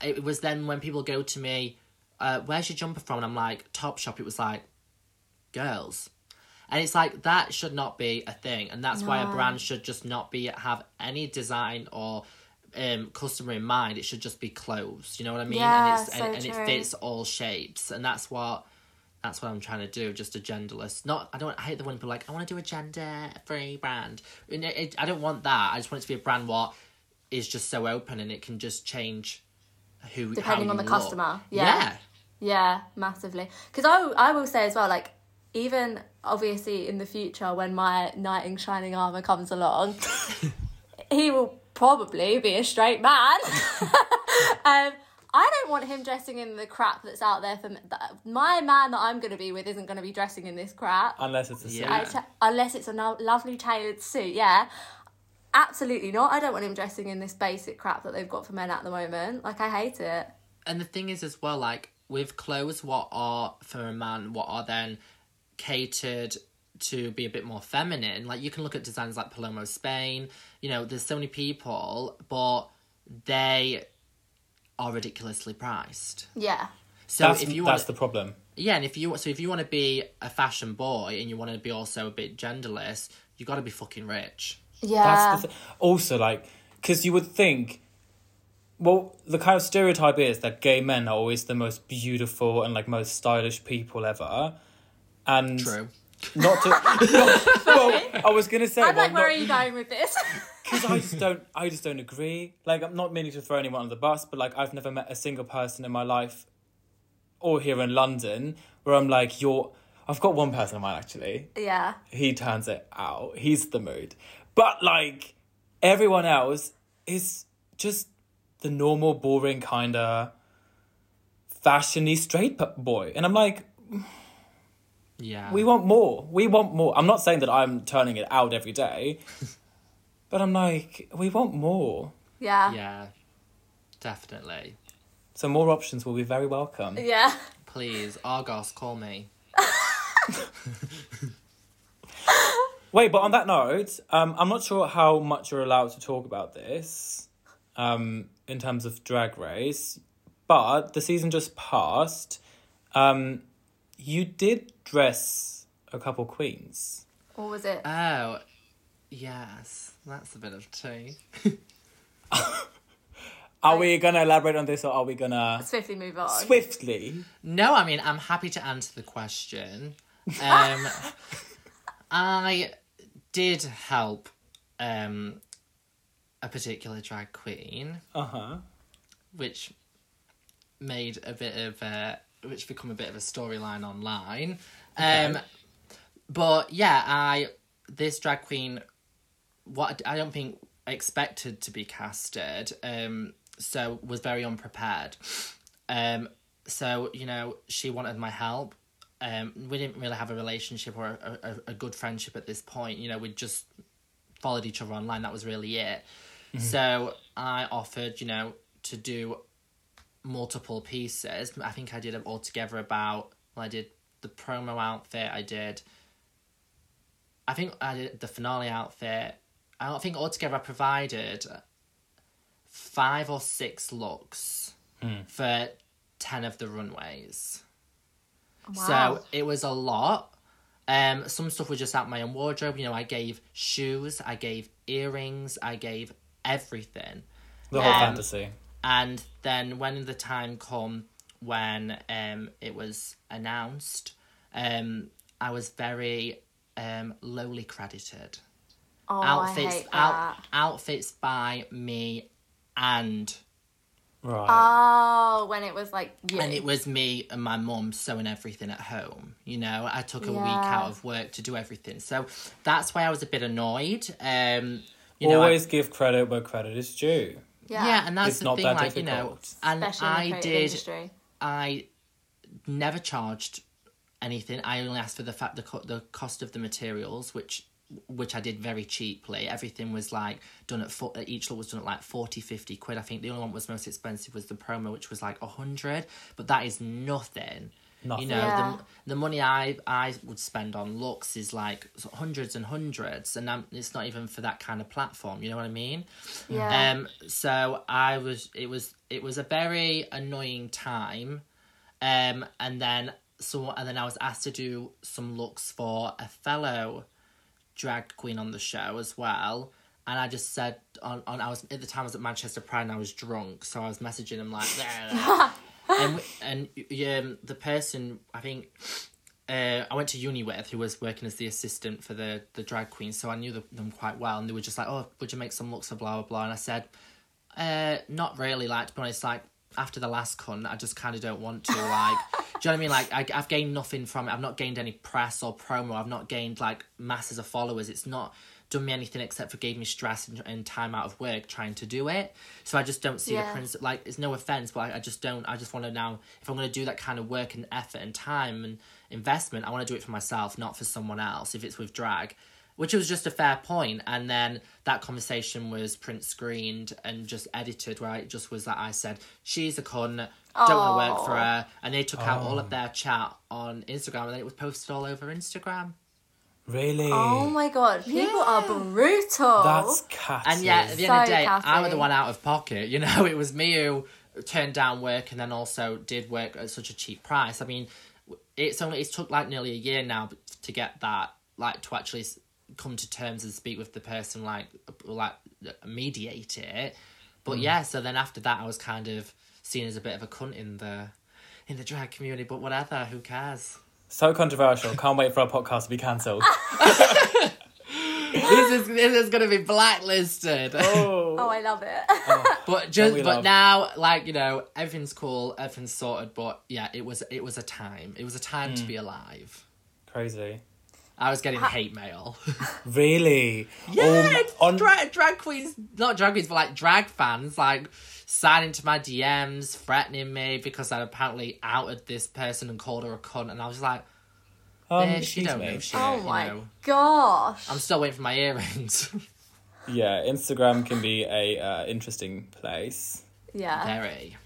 [SPEAKER 4] it was then when people go to me, uh, "Where's your jumper from?" and I'm like Topshop. It was like girls. And it's like that should not be a thing, and that's why a brand should just not be have any design or um, customer in mind. It should just be clothes. You know what I mean?
[SPEAKER 3] Yeah,
[SPEAKER 4] and it's,
[SPEAKER 3] so
[SPEAKER 4] and, and
[SPEAKER 3] true.
[SPEAKER 4] it fits all shapes, and that's what that's what I'm trying to do. Just a genderless. Not I don't I hate the one people are like I want to do a gender free brand. You know, it, I don't want that. I just want it to be a brand what is just so open and it can just change who how
[SPEAKER 3] Depending on
[SPEAKER 4] you
[SPEAKER 3] the
[SPEAKER 4] look.
[SPEAKER 3] customer, yeah. Yeah, massively. Because I, I will say as well, like, even obviously in the future when my knight in shining armour comes along, he will probably be a straight man. um, I don't want him dressing in the crap that's out there for m- that, my man that I'm going to be with isn't going to be dressing in this crap
[SPEAKER 1] unless it's a suit.
[SPEAKER 4] Yeah.
[SPEAKER 3] I ta- unless it's a no- lovely tailored suit. Yeah, absolutely not. I don't want him dressing in this basic crap that they've got for men at the moment. Like I hate it.
[SPEAKER 4] and the thing is as well like with clothes what are for a man what are then catered to be a bit more feminine. Like you can look at designers like Palomo Spain. You know, there's so many people, but they are ridiculously priced.
[SPEAKER 3] Yeah.
[SPEAKER 4] So
[SPEAKER 1] That's,
[SPEAKER 4] if you
[SPEAKER 1] that's
[SPEAKER 4] want,
[SPEAKER 1] the problem.
[SPEAKER 4] yeah, and if you so if you want to be a fashion boy and you want to be also a bit genderless, you got to be fucking rich.
[SPEAKER 3] Yeah.
[SPEAKER 1] That's the th- also like because you would think, well, the kind of stereotype is that gay men are always the most beautiful and like most stylish people ever, and
[SPEAKER 4] True.
[SPEAKER 1] not to. not- well, I was gonna say,
[SPEAKER 3] I'm
[SPEAKER 1] well,
[SPEAKER 3] like, where
[SPEAKER 1] not-
[SPEAKER 3] are [laughs] you going with this?
[SPEAKER 1] because I just don't, I just don't agree. Like, I'm not meaning to throw anyone under the bus, but like, I've never met a single person in my life, or here in London, where I'm like, you're. I've got one person in mind actually.
[SPEAKER 3] yeah.
[SPEAKER 1] He turns it out. He's the mood, but like everyone else is just the normal, boring kind of fashiony straight p- boy, and I'm like,
[SPEAKER 4] Yeah.
[SPEAKER 1] we want more. We want more. I'm not saying that I'm turning it out every day, but I'm like, we want more.
[SPEAKER 3] Yeah. Yeah.
[SPEAKER 4] Yeah. Definitely.
[SPEAKER 1] So more options will be very welcome.
[SPEAKER 3] Yeah.
[SPEAKER 4] Please, Argos, call me.
[SPEAKER 1] Wait, but on that note, um, I'm not sure how much you're allowed to talk about this um, in terms of Drag Race, but the season just passed. Um, you did dress a couple queens.
[SPEAKER 3] What was it?
[SPEAKER 4] Oh, yes. That's a bit of tea.
[SPEAKER 1] Are we going to elaborate on this or are we going to
[SPEAKER 3] Swiftly move on.
[SPEAKER 1] swiftly?
[SPEAKER 4] No, I mean, I'm happy to answer the question. Um, I did help um, a particular drag queen,
[SPEAKER 1] Uh huh.
[SPEAKER 4] which made a bit of a, which become a bit of a storyline online. Um, but yeah, I this drag queen, what I don't think expected to be casted, um, so was very unprepared. Um, so you know she wanted my help. Um, we didn't really have a relationship or a, a, a good friendship at this point. You know, we just followed each other online. That was really it. So I offered, you know, to do multiple pieces. I think I did them all together about. Well, I did the promo outfit. I did. I think I did the finale outfit. I don't think altogether I provided five or six looks for ten of the runways.
[SPEAKER 3] Wow.
[SPEAKER 4] So it was a lot. Um, some stuff was just out my own wardrobe. You know, I gave shoes, I gave earrings, I gave everything.
[SPEAKER 1] The whole
[SPEAKER 4] Um,
[SPEAKER 1] fantasy.
[SPEAKER 4] And then when the time come when um it was announced, um I was very um lowly credited.
[SPEAKER 3] oh, I
[SPEAKER 4] outfits
[SPEAKER 3] hate
[SPEAKER 4] out-
[SPEAKER 3] that.
[SPEAKER 4] outfits by me and
[SPEAKER 1] Right.
[SPEAKER 3] Oh, when it was like you.
[SPEAKER 4] and it was me and my mum sewing everything at home. You know, I took a week
[SPEAKER 3] Yeah.
[SPEAKER 4] out of work to do everything. So that's why I was a bit annoyed. Um you know, I-
[SPEAKER 1] Always give credit where credit is due.
[SPEAKER 3] yeah.
[SPEAKER 4] yeah, and that's
[SPEAKER 1] It's
[SPEAKER 4] the
[SPEAKER 1] not
[SPEAKER 4] thing,
[SPEAKER 1] that
[SPEAKER 4] like, you know,
[SPEAKER 1] difficult.
[SPEAKER 4] and
[SPEAKER 3] Especially in the
[SPEAKER 4] I
[SPEAKER 3] creative
[SPEAKER 4] did
[SPEAKER 3] industry.
[SPEAKER 4] I never charged anything. I only asked for the fact the co- the cost of the materials, which which I did very cheaply. Everything was like done at four, each lot was done at like 40, 50 quid. I think the only one was most expensive was the promo, which was like a hundred, but that is nothing.
[SPEAKER 1] Nothing.
[SPEAKER 4] You know,
[SPEAKER 3] Yeah.
[SPEAKER 4] the, the money I I would spend on looks is like hundreds and hundreds, and I'm, it's not even for that kind of platform. You know what I mean?
[SPEAKER 3] Yeah.
[SPEAKER 4] Um. So I was. It was. It was a very annoying time. Um. And then so. And then I was asked to do some looks for a fellow drag queen on the show as well. And I just said on, on I was at the time I was at Manchester Pride and I was drunk, so I was messaging him like, [laughs] and we- and y- um, the person I think uh, I went to uni with who was working as the assistant for the the drag queen, so I knew the, them quite well, and they were just like, "Oh, would you make some looks for blah blah blah?" And I said, uh, "Not really, like to be honest, like." After the last con, I just kind of don't want to. Like, do you know what I mean? Like, I, I've gained nothing from it. I've not gained any press or promo. I've not gained like masses of followers. It's not done me anything except for gave me stress and, and time out of work trying to do it. So I just don't see
[SPEAKER 3] Yeah.
[SPEAKER 4] the principle it's like it's no offense but I, I just don't i just want to now if i'm going to do that kind of work and effort and time and investment i want to do it for myself not for someone else if it's with drag which was just a fair point. And then that conversation was print screened and just edited, where it just was that I said, she's a cunt, don't want to work for her. And they took out all of their chat on Instagram and then it was posted all over Instagram.
[SPEAKER 1] Really?
[SPEAKER 3] Oh my god, people are brutal.
[SPEAKER 1] That's cat.
[SPEAKER 4] And yeah, at the end of the
[SPEAKER 3] So
[SPEAKER 4] day, I was
[SPEAKER 3] catty.
[SPEAKER 4] the one out of pocket. You [laughs] know, it was me who turned down work and then also did work at such a cheap price. I mean, it's only it's took like nearly a year now to get that, like to actually s- come to terms and speak with the person, like like mediate it. But
[SPEAKER 3] Mm.
[SPEAKER 4] yeah, so then after that, I was kind of seen as a bit of a cunt in the in the drag community. But whatever, who cares? [laughs]
[SPEAKER 1] so controversial. Can't wait for our podcast to be cancelled.
[SPEAKER 4] this is this is gonna be blacklisted.
[SPEAKER 3] [laughs] oh, I love it.
[SPEAKER 4] But
[SPEAKER 1] That we
[SPEAKER 4] just but
[SPEAKER 1] love.
[SPEAKER 4] now, like you know, everything's cool, everything's sorted. But yeah, it was it was a time. It was a time
[SPEAKER 1] Hmm.
[SPEAKER 4] to be alive.
[SPEAKER 1] Crazy.
[SPEAKER 4] I was getting hate mail. [laughs]
[SPEAKER 1] Really?
[SPEAKER 4] yeah,
[SPEAKER 1] Um, on-
[SPEAKER 4] dra- drag queens, not drag queens, but like drag fans, like signing to my DMs, threatening me because I apparently outed this person and called her a cunt, and I was like,
[SPEAKER 1] um,
[SPEAKER 4] "Bitch, you
[SPEAKER 1] excuse
[SPEAKER 4] don't
[SPEAKER 1] me.
[SPEAKER 4] know shit."
[SPEAKER 3] [laughs] oh
[SPEAKER 4] you
[SPEAKER 3] my
[SPEAKER 4] know.
[SPEAKER 3] gosh.
[SPEAKER 4] I'm still waiting for my earrings. [laughs]
[SPEAKER 1] Yeah, Instagram can be a uh, interesting place.
[SPEAKER 4] Uh,
[SPEAKER 3] yeah.
[SPEAKER 4] Very.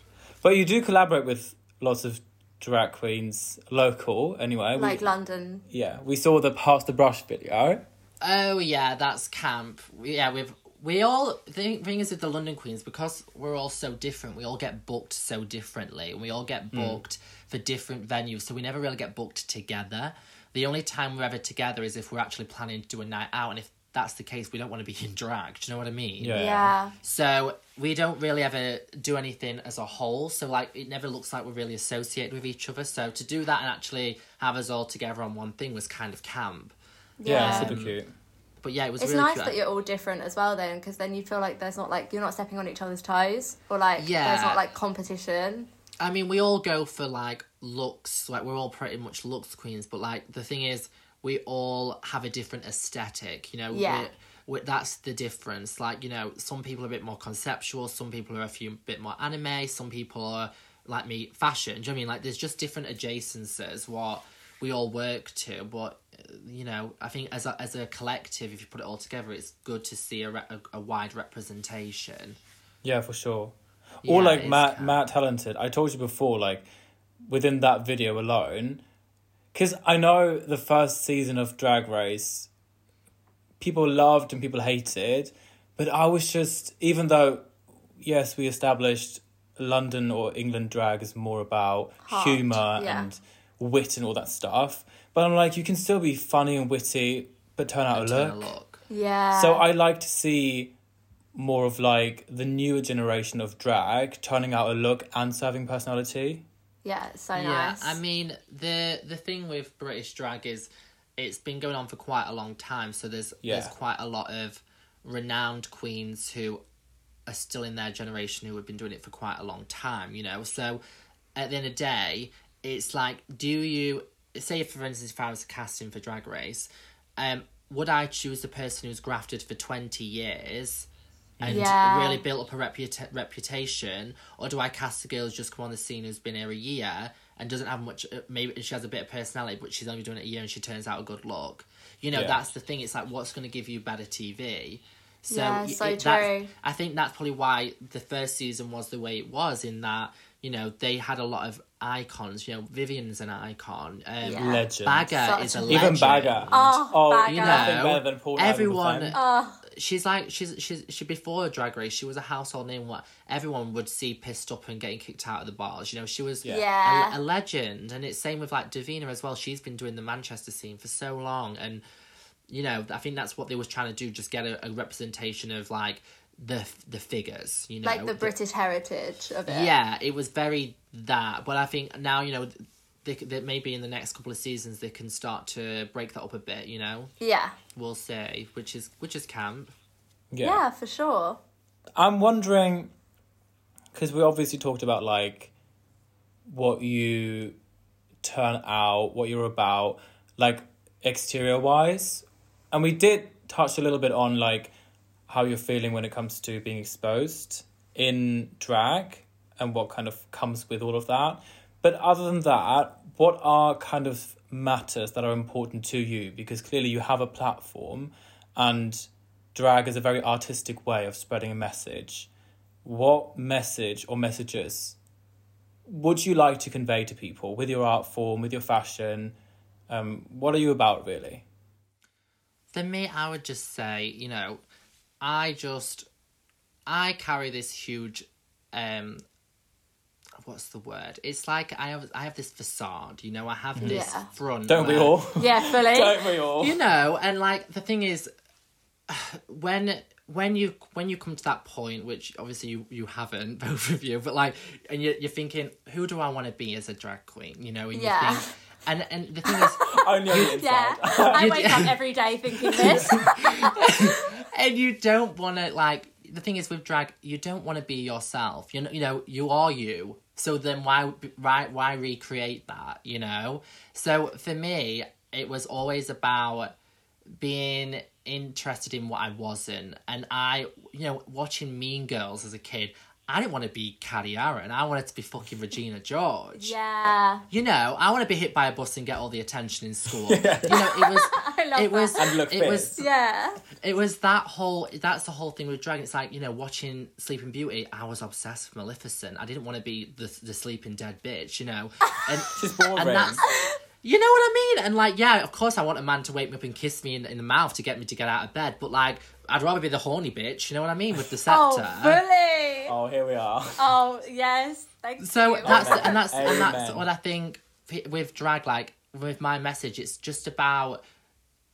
[SPEAKER 1] But you do collaborate with lots of drag queens, local anyway. We-
[SPEAKER 3] Like London.
[SPEAKER 1] yeah, we saw the Pass the Brush video.
[SPEAKER 4] Oh yeah, that's camp. Yeah, we've we all the thing is with the London Queens because we're all so different. We all get booked so differently. We all get booked for different venues, so we never really get booked together. The only time we're ever together is if we're actually planning to do a night out, and if that's the case, we don't want to be [laughs] in drag. Do you know what I mean?
[SPEAKER 1] Yeah.
[SPEAKER 3] Yeah.
[SPEAKER 4] So we don't really ever do anything as a whole. So like it never looks like we're really associated with each other. So to do that and actually have us all together on one thing was kind of camp.
[SPEAKER 1] Yeah,
[SPEAKER 3] Yeah.
[SPEAKER 1] super cute.
[SPEAKER 4] But yeah, it was
[SPEAKER 3] It's
[SPEAKER 4] really
[SPEAKER 3] nice
[SPEAKER 4] cute.
[SPEAKER 3] that you're all different as well, then, because then you feel like there's not like you're not stepping on each other's toes, or like
[SPEAKER 4] Yeah.
[SPEAKER 3] there's not like competition.
[SPEAKER 4] I mean, we all go for like looks, like we're all pretty much looks queens, but like the thing is, we all have a different aesthetic, you know?
[SPEAKER 3] Yeah.
[SPEAKER 4] We're- we're- that's the difference. Like, you know, some people are a bit more conceptual, some people are a few bit more anime, some people are like me, fashion. Do you know what I mean? Like, there's just different adjacencies what we all work to, but uh, you know, I think as a, as a collective, if you put it all together, it's good to see a, re- a, a wide representation.
[SPEAKER 1] Yeah, for sure. or
[SPEAKER 4] Yeah,
[SPEAKER 1] like
[SPEAKER 4] it's
[SPEAKER 1] Matt,
[SPEAKER 4] cat.
[SPEAKER 1] Matt Talented. I told you before, like within that video alone, because I know the first season of Drag Race, people loved and people hated, but I was just even though, yes, we established London or England drag is more about
[SPEAKER 3] Heart,
[SPEAKER 1] humor
[SPEAKER 3] yeah.
[SPEAKER 1] and wit and all that stuff. But I'm like, you can still be funny and witty, but turn out a
[SPEAKER 4] Turn a
[SPEAKER 1] look.
[SPEAKER 4] look.
[SPEAKER 3] Yeah.
[SPEAKER 1] So I like to see more of like the newer generation of drag turning out a look and serving personality.
[SPEAKER 3] yeah, it's so
[SPEAKER 4] Yeah,
[SPEAKER 3] nice.
[SPEAKER 4] I mean the the thing with British drag is it's been going on for quite a long time, so there's
[SPEAKER 1] Yeah.
[SPEAKER 4] there's quite a lot of renowned queens who are still in their generation who have been doing it for quite a long time, you know. So at the end of the day, it's like, do you say for instance if I was casting for drag race, um, would I choose the person who's grafted for twenty years? And
[SPEAKER 3] Yeah.
[SPEAKER 4] really built up a reputa- reputation, or do I cast a girl who's just come on the scene who's been here a year and doesn't have much? uh, Maybe she has a bit of personality, but she's only doing it a year and she turns out a good look. You know,
[SPEAKER 1] Yeah.
[SPEAKER 4] that's the thing. It's like what's going to give you better TV. So,
[SPEAKER 3] Yeah,
[SPEAKER 4] y-
[SPEAKER 3] so
[SPEAKER 4] it- that's-
[SPEAKER 3] true.
[SPEAKER 4] I think that's probably why the first season was the way it was. In that you know they had a lot of icons. You know, Vivian's an icon. Um,
[SPEAKER 3] Yeah.
[SPEAKER 1] Legend.
[SPEAKER 4] Bagger
[SPEAKER 3] Such
[SPEAKER 4] is
[SPEAKER 3] a-
[SPEAKER 4] a legend.
[SPEAKER 1] Even Bagger.
[SPEAKER 3] Ah, Oh, Bagger.
[SPEAKER 1] you
[SPEAKER 3] You
[SPEAKER 1] know,
[SPEAKER 3] know,
[SPEAKER 1] nothing better than Paul Rudd all the
[SPEAKER 4] everyone-
[SPEAKER 1] time.
[SPEAKER 3] oh,
[SPEAKER 4] she's like she's she's she before Drag Race, she was a household name. What everyone would see pissed up and getting kicked out of the bars. You know, she was
[SPEAKER 1] Yeah.
[SPEAKER 4] a-
[SPEAKER 3] Yeah.
[SPEAKER 4] a, legend, and it's same with like Davina as well. She's been doing the Manchester scene for so long, and you know, I think that's what they was trying to do, just get a, a representation of like the the figures. You know,
[SPEAKER 3] like the British heritage of it.
[SPEAKER 4] yeah, it was very that. But I think now you know. They, c- that maybe in the next couple of seasons they can start to break that up a bit, you know.
[SPEAKER 3] Yeah.
[SPEAKER 4] We'll see, which is which is camp.
[SPEAKER 1] Yeah.
[SPEAKER 3] Oh, Yeah, for sure.
[SPEAKER 1] I'm wondering because we obviously talked about like what you turn out, what you're about, like exterior wise, and we did touch a little bit on like how you're feeling when it comes to being exposed in drag and what kind of comes with all of that. But other than that, what are kind of matters that are important to you because clearly you have a platform and drag is a very artistic way of spreading a message. What message or messages would you like to convey to people with your art form, with your fashion? Um, what are you about really?
[SPEAKER 4] For me, I would just say, you know, I just I carry this huge um what's the word? It's like I have I have this facade, you know, I have this
[SPEAKER 3] Mm-hmm. Yeah.
[SPEAKER 4] front.
[SPEAKER 1] Don't we
[SPEAKER 4] where-
[SPEAKER 1] all?
[SPEAKER 3] Yeah, fully.
[SPEAKER 1] Don't we
[SPEAKER 4] [laughs]
[SPEAKER 1] all?
[SPEAKER 4] You know, and like the thing is [sighs] when when you when you come to that point, which obviously you, you haven't, [laughs] both of you, but like and you you're thinking, who do I want to be as a drag queen? You know, and
[SPEAKER 3] Yeah.
[SPEAKER 4] you think and and the thing is
[SPEAKER 1] Only on the inside.
[SPEAKER 3] [laughs]
[SPEAKER 1] [laughs]
[SPEAKER 3] Yeah. [laughs] I wake up every day thinking
[SPEAKER 4] [laughs]
[SPEAKER 3] this.
[SPEAKER 4] and you don't want to like the thing is with drag you don't want to be yourself you know you know you are you so then why why why recreate that you know so for me it was always about being interested in what I wasn't and I you know watching Mean Girls as a kid I didn't want to be Cady Aaron I wanted to be fucking Regina George
[SPEAKER 3] Yeah.
[SPEAKER 4] you know I want to be hit by a bus and get all the attention
[SPEAKER 1] [laughs]
[SPEAKER 4] in school you know it was
[SPEAKER 3] [laughs] I love
[SPEAKER 4] it was
[SPEAKER 3] that.
[SPEAKER 1] And look
[SPEAKER 4] it was
[SPEAKER 3] Yeah.
[SPEAKER 4] it was that whole that's the whole thing with drag it's like you know watching sleeping beauty i was obsessed with maleficent i didn't want to be the, the sleeping dead bitch you know and
[SPEAKER 1] She's boring.
[SPEAKER 4] and that's you know what i mean and like yeah of course i want a man to wake me up and kiss me in, in the mouth to get me to get out of bed but like i'd rather be the horny bitch you know what i mean with the
[SPEAKER 3] Oh,
[SPEAKER 4] scepter
[SPEAKER 3] fully.
[SPEAKER 1] Oh, here we are.
[SPEAKER 3] Oh, yes. Thank
[SPEAKER 4] so
[SPEAKER 3] you.
[SPEAKER 4] that's
[SPEAKER 1] Amen.
[SPEAKER 4] and that's and that's
[SPEAKER 1] Amen.
[SPEAKER 4] what I think p- with drag. Like with my message, it's just about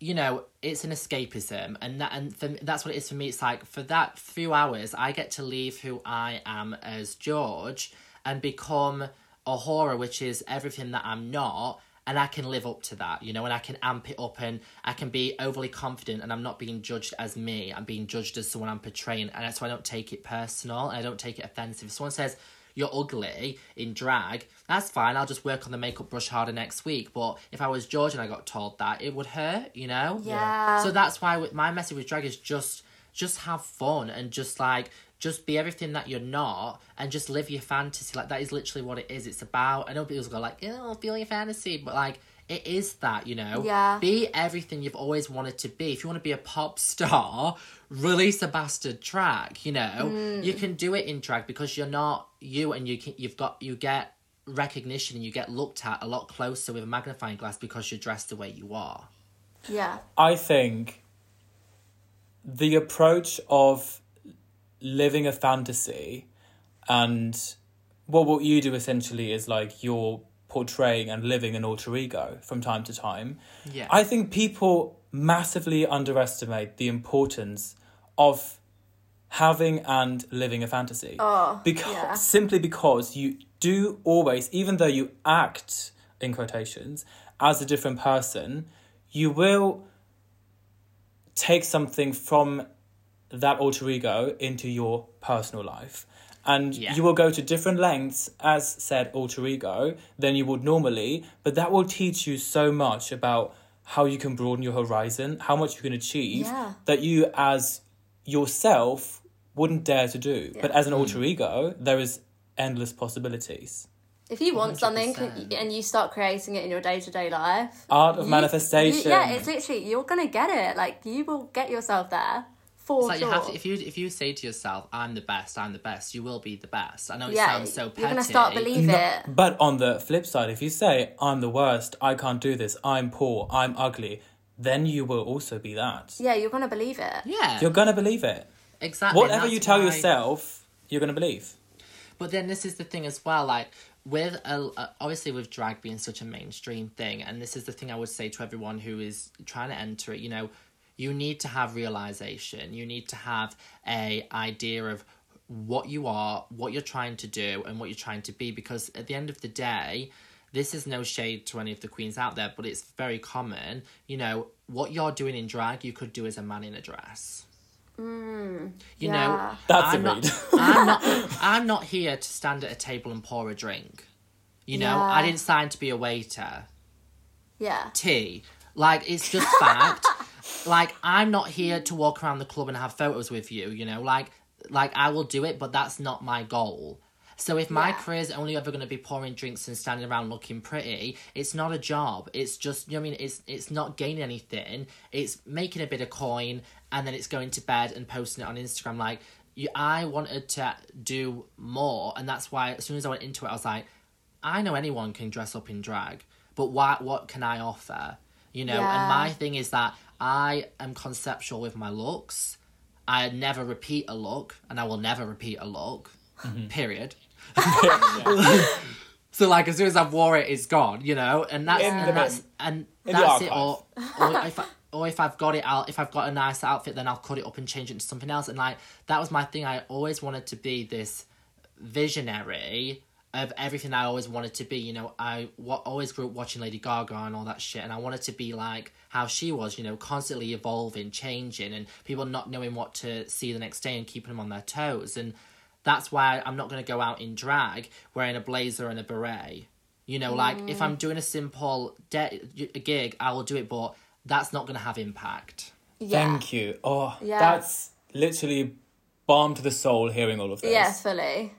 [SPEAKER 4] you know it's an escapism, and that and for, me- that's what it is for me. It's like for that few hours, I get to leave who I am as George and become a horror, which is everything that I'm not. And I can live up to that, you know, and I can amp it up and I can be overly confident and I'm not being judged as me. I'm being judged as someone I'm portraying. And that's why I don't take it personal and I don't take it offensive. If someone says, you're ugly in drag, that's fine. I'll just work on the makeup brush harder next week. But if I was George and I got told that, it would hurt, you know.
[SPEAKER 3] Yeah.
[SPEAKER 4] So that's why with- my message with drag is just just have fun and just like just be everything that you're not and just live your fantasy. Like that is literally what it is. It's about. I know people go like, oh, feel your fantasy, but like. It is that, you know?
[SPEAKER 3] Yeah.
[SPEAKER 4] Be everything you've always wanted to be. If you want to be a pop star, [laughs] release a bastard track, you know?
[SPEAKER 3] Mm.
[SPEAKER 4] You can do it in drag because you're not you and you can you've got you get recognition and you get looked at a lot closer with a magnifying glass because you're dressed the way you are.
[SPEAKER 3] Yeah.
[SPEAKER 1] I think the approach of living a fantasy and well, what you do essentially is like you're portraying and living an alter ego from time to time.
[SPEAKER 4] Yeah.
[SPEAKER 1] I think people massively underestimate the importance of having and living a fantasy. Oh, because
[SPEAKER 3] yeah.
[SPEAKER 1] simply because you do always, even though you act in quotations as a different person, you will take something from that alter ego into your personal life. And
[SPEAKER 4] Yeah.
[SPEAKER 1] you will go to different lengths as said alter ego than you would normally, but that will teach you so much about how you can broaden your horizon, how much you can achieve
[SPEAKER 3] Yeah.
[SPEAKER 1] that you as yourself wouldn't dare to do. But as an alter ego, there is endless possibilities.
[SPEAKER 3] If you want something can- and you start creating it in your day to day life,
[SPEAKER 1] Art of
[SPEAKER 3] you-
[SPEAKER 1] manifestation.
[SPEAKER 3] you- yeah, it's literally you're gonna get it. Like you will get yourself there for
[SPEAKER 4] It's like
[SPEAKER 3] sure.
[SPEAKER 4] you have to if you if you say to yourself, I'm the best, I'm the best, you will be the best. I know it
[SPEAKER 3] yeah,
[SPEAKER 4] sounds so petty.
[SPEAKER 3] you're gonna start believe
[SPEAKER 1] No,
[SPEAKER 3] it.
[SPEAKER 1] But on the flip side, if you say, I'm the worst, I can't do this, I'm poor, I'm ugly, then you will also be that.
[SPEAKER 3] Yeah, you're gonna believe it.
[SPEAKER 4] Yeah.
[SPEAKER 1] You're going to believe it.
[SPEAKER 4] exactly. and
[SPEAKER 1] Whatever you
[SPEAKER 4] that's
[SPEAKER 1] tell
[SPEAKER 4] why-
[SPEAKER 1] yourself, you're going to believe.
[SPEAKER 4] But then this is the thing as well, like with a, a- obviously with drag being such a mainstream thing, and this is the thing I would say to everyone who is trying to enter it. You know, you need to have realization. You need to have a idea of what you are, what you're trying to do, and what you're trying to be. Because at the end of the day, this is no shade to any of the queens out there, but it's very common. You know, what you're doing in drag, you could do as a man in a dress. you know,
[SPEAKER 3] yeah.
[SPEAKER 1] That's
[SPEAKER 4] I'm
[SPEAKER 1] a
[SPEAKER 3] [laughs]
[SPEAKER 4] not-
[SPEAKER 1] read. [laughs]
[SPEAKER 4] I'm not I'm not here to stand at a table and pour a drink. You know, I
[SPEAKER 3] Yeah.
[SPEAKER 4] didn't sign to be a waiter.
[SPEAKER 3] Yeah.
[SPEAKER 4] Tea. Like it's just fact. like I'm not here to walk around the club and have photos with you, you know, like like I will do it, but that's not my goal. So if my
[SPEAKER 3] Yeah.
[SPEAKER 4] career is only ever going to be pouring drinks and standing around looking pretty, it's not a job. It's just, you know what I mean? It's, it's not gaining anything. It's making a bit of coin and then it's going to bed and posting it on Instagram. Like, you, I wanted to do more. And that's why as soon as I went into it, I was like, I know anyone can dress up in drag, but why, what can I offer? You know,
[SPEAKER 3] Yeah.
[SPEAKER 4] and my thing is that I am conceptual with my looks. I never repeat a look, and I will never repeat a look. Period. so like as soon as I wore it, it's gone, you know, and that's
[SPEAKER 1] In the
[SPEAKER 4] and that's
[SPEAKER 1] bin.
[SPEAKER 4] and
[SPEAKER 1] In the
[SPEAKER 4] that's it. Or, or if I, or if I've got it out, if I've got a nice outfit, then I'll cut it up and change it into something else. And like that was my thing. I always wanted to be this visionary of everything I always wanted to be. You know, I wa always grew up watching Lady Gaga and all that shit, and I wanted to be like how she was. You know, constantly evolving, changing, and people not knowing what to see the next day and keeping them on their toes. And that's why I'm not going to go out in drag wearing a blazer and a beret. You know, like if I'm doing a simple de- a gig, I will do it, but that's not going to have impact.
[SPEAKER 3] Yeah.
[SPEAKER 1] Thank you. Oh,
[SPEAKER 3] Yeah.
[SPEAKER 1] that's literally balm to the soul hearing all of this.
[SPEAKER 3] Yes, fully.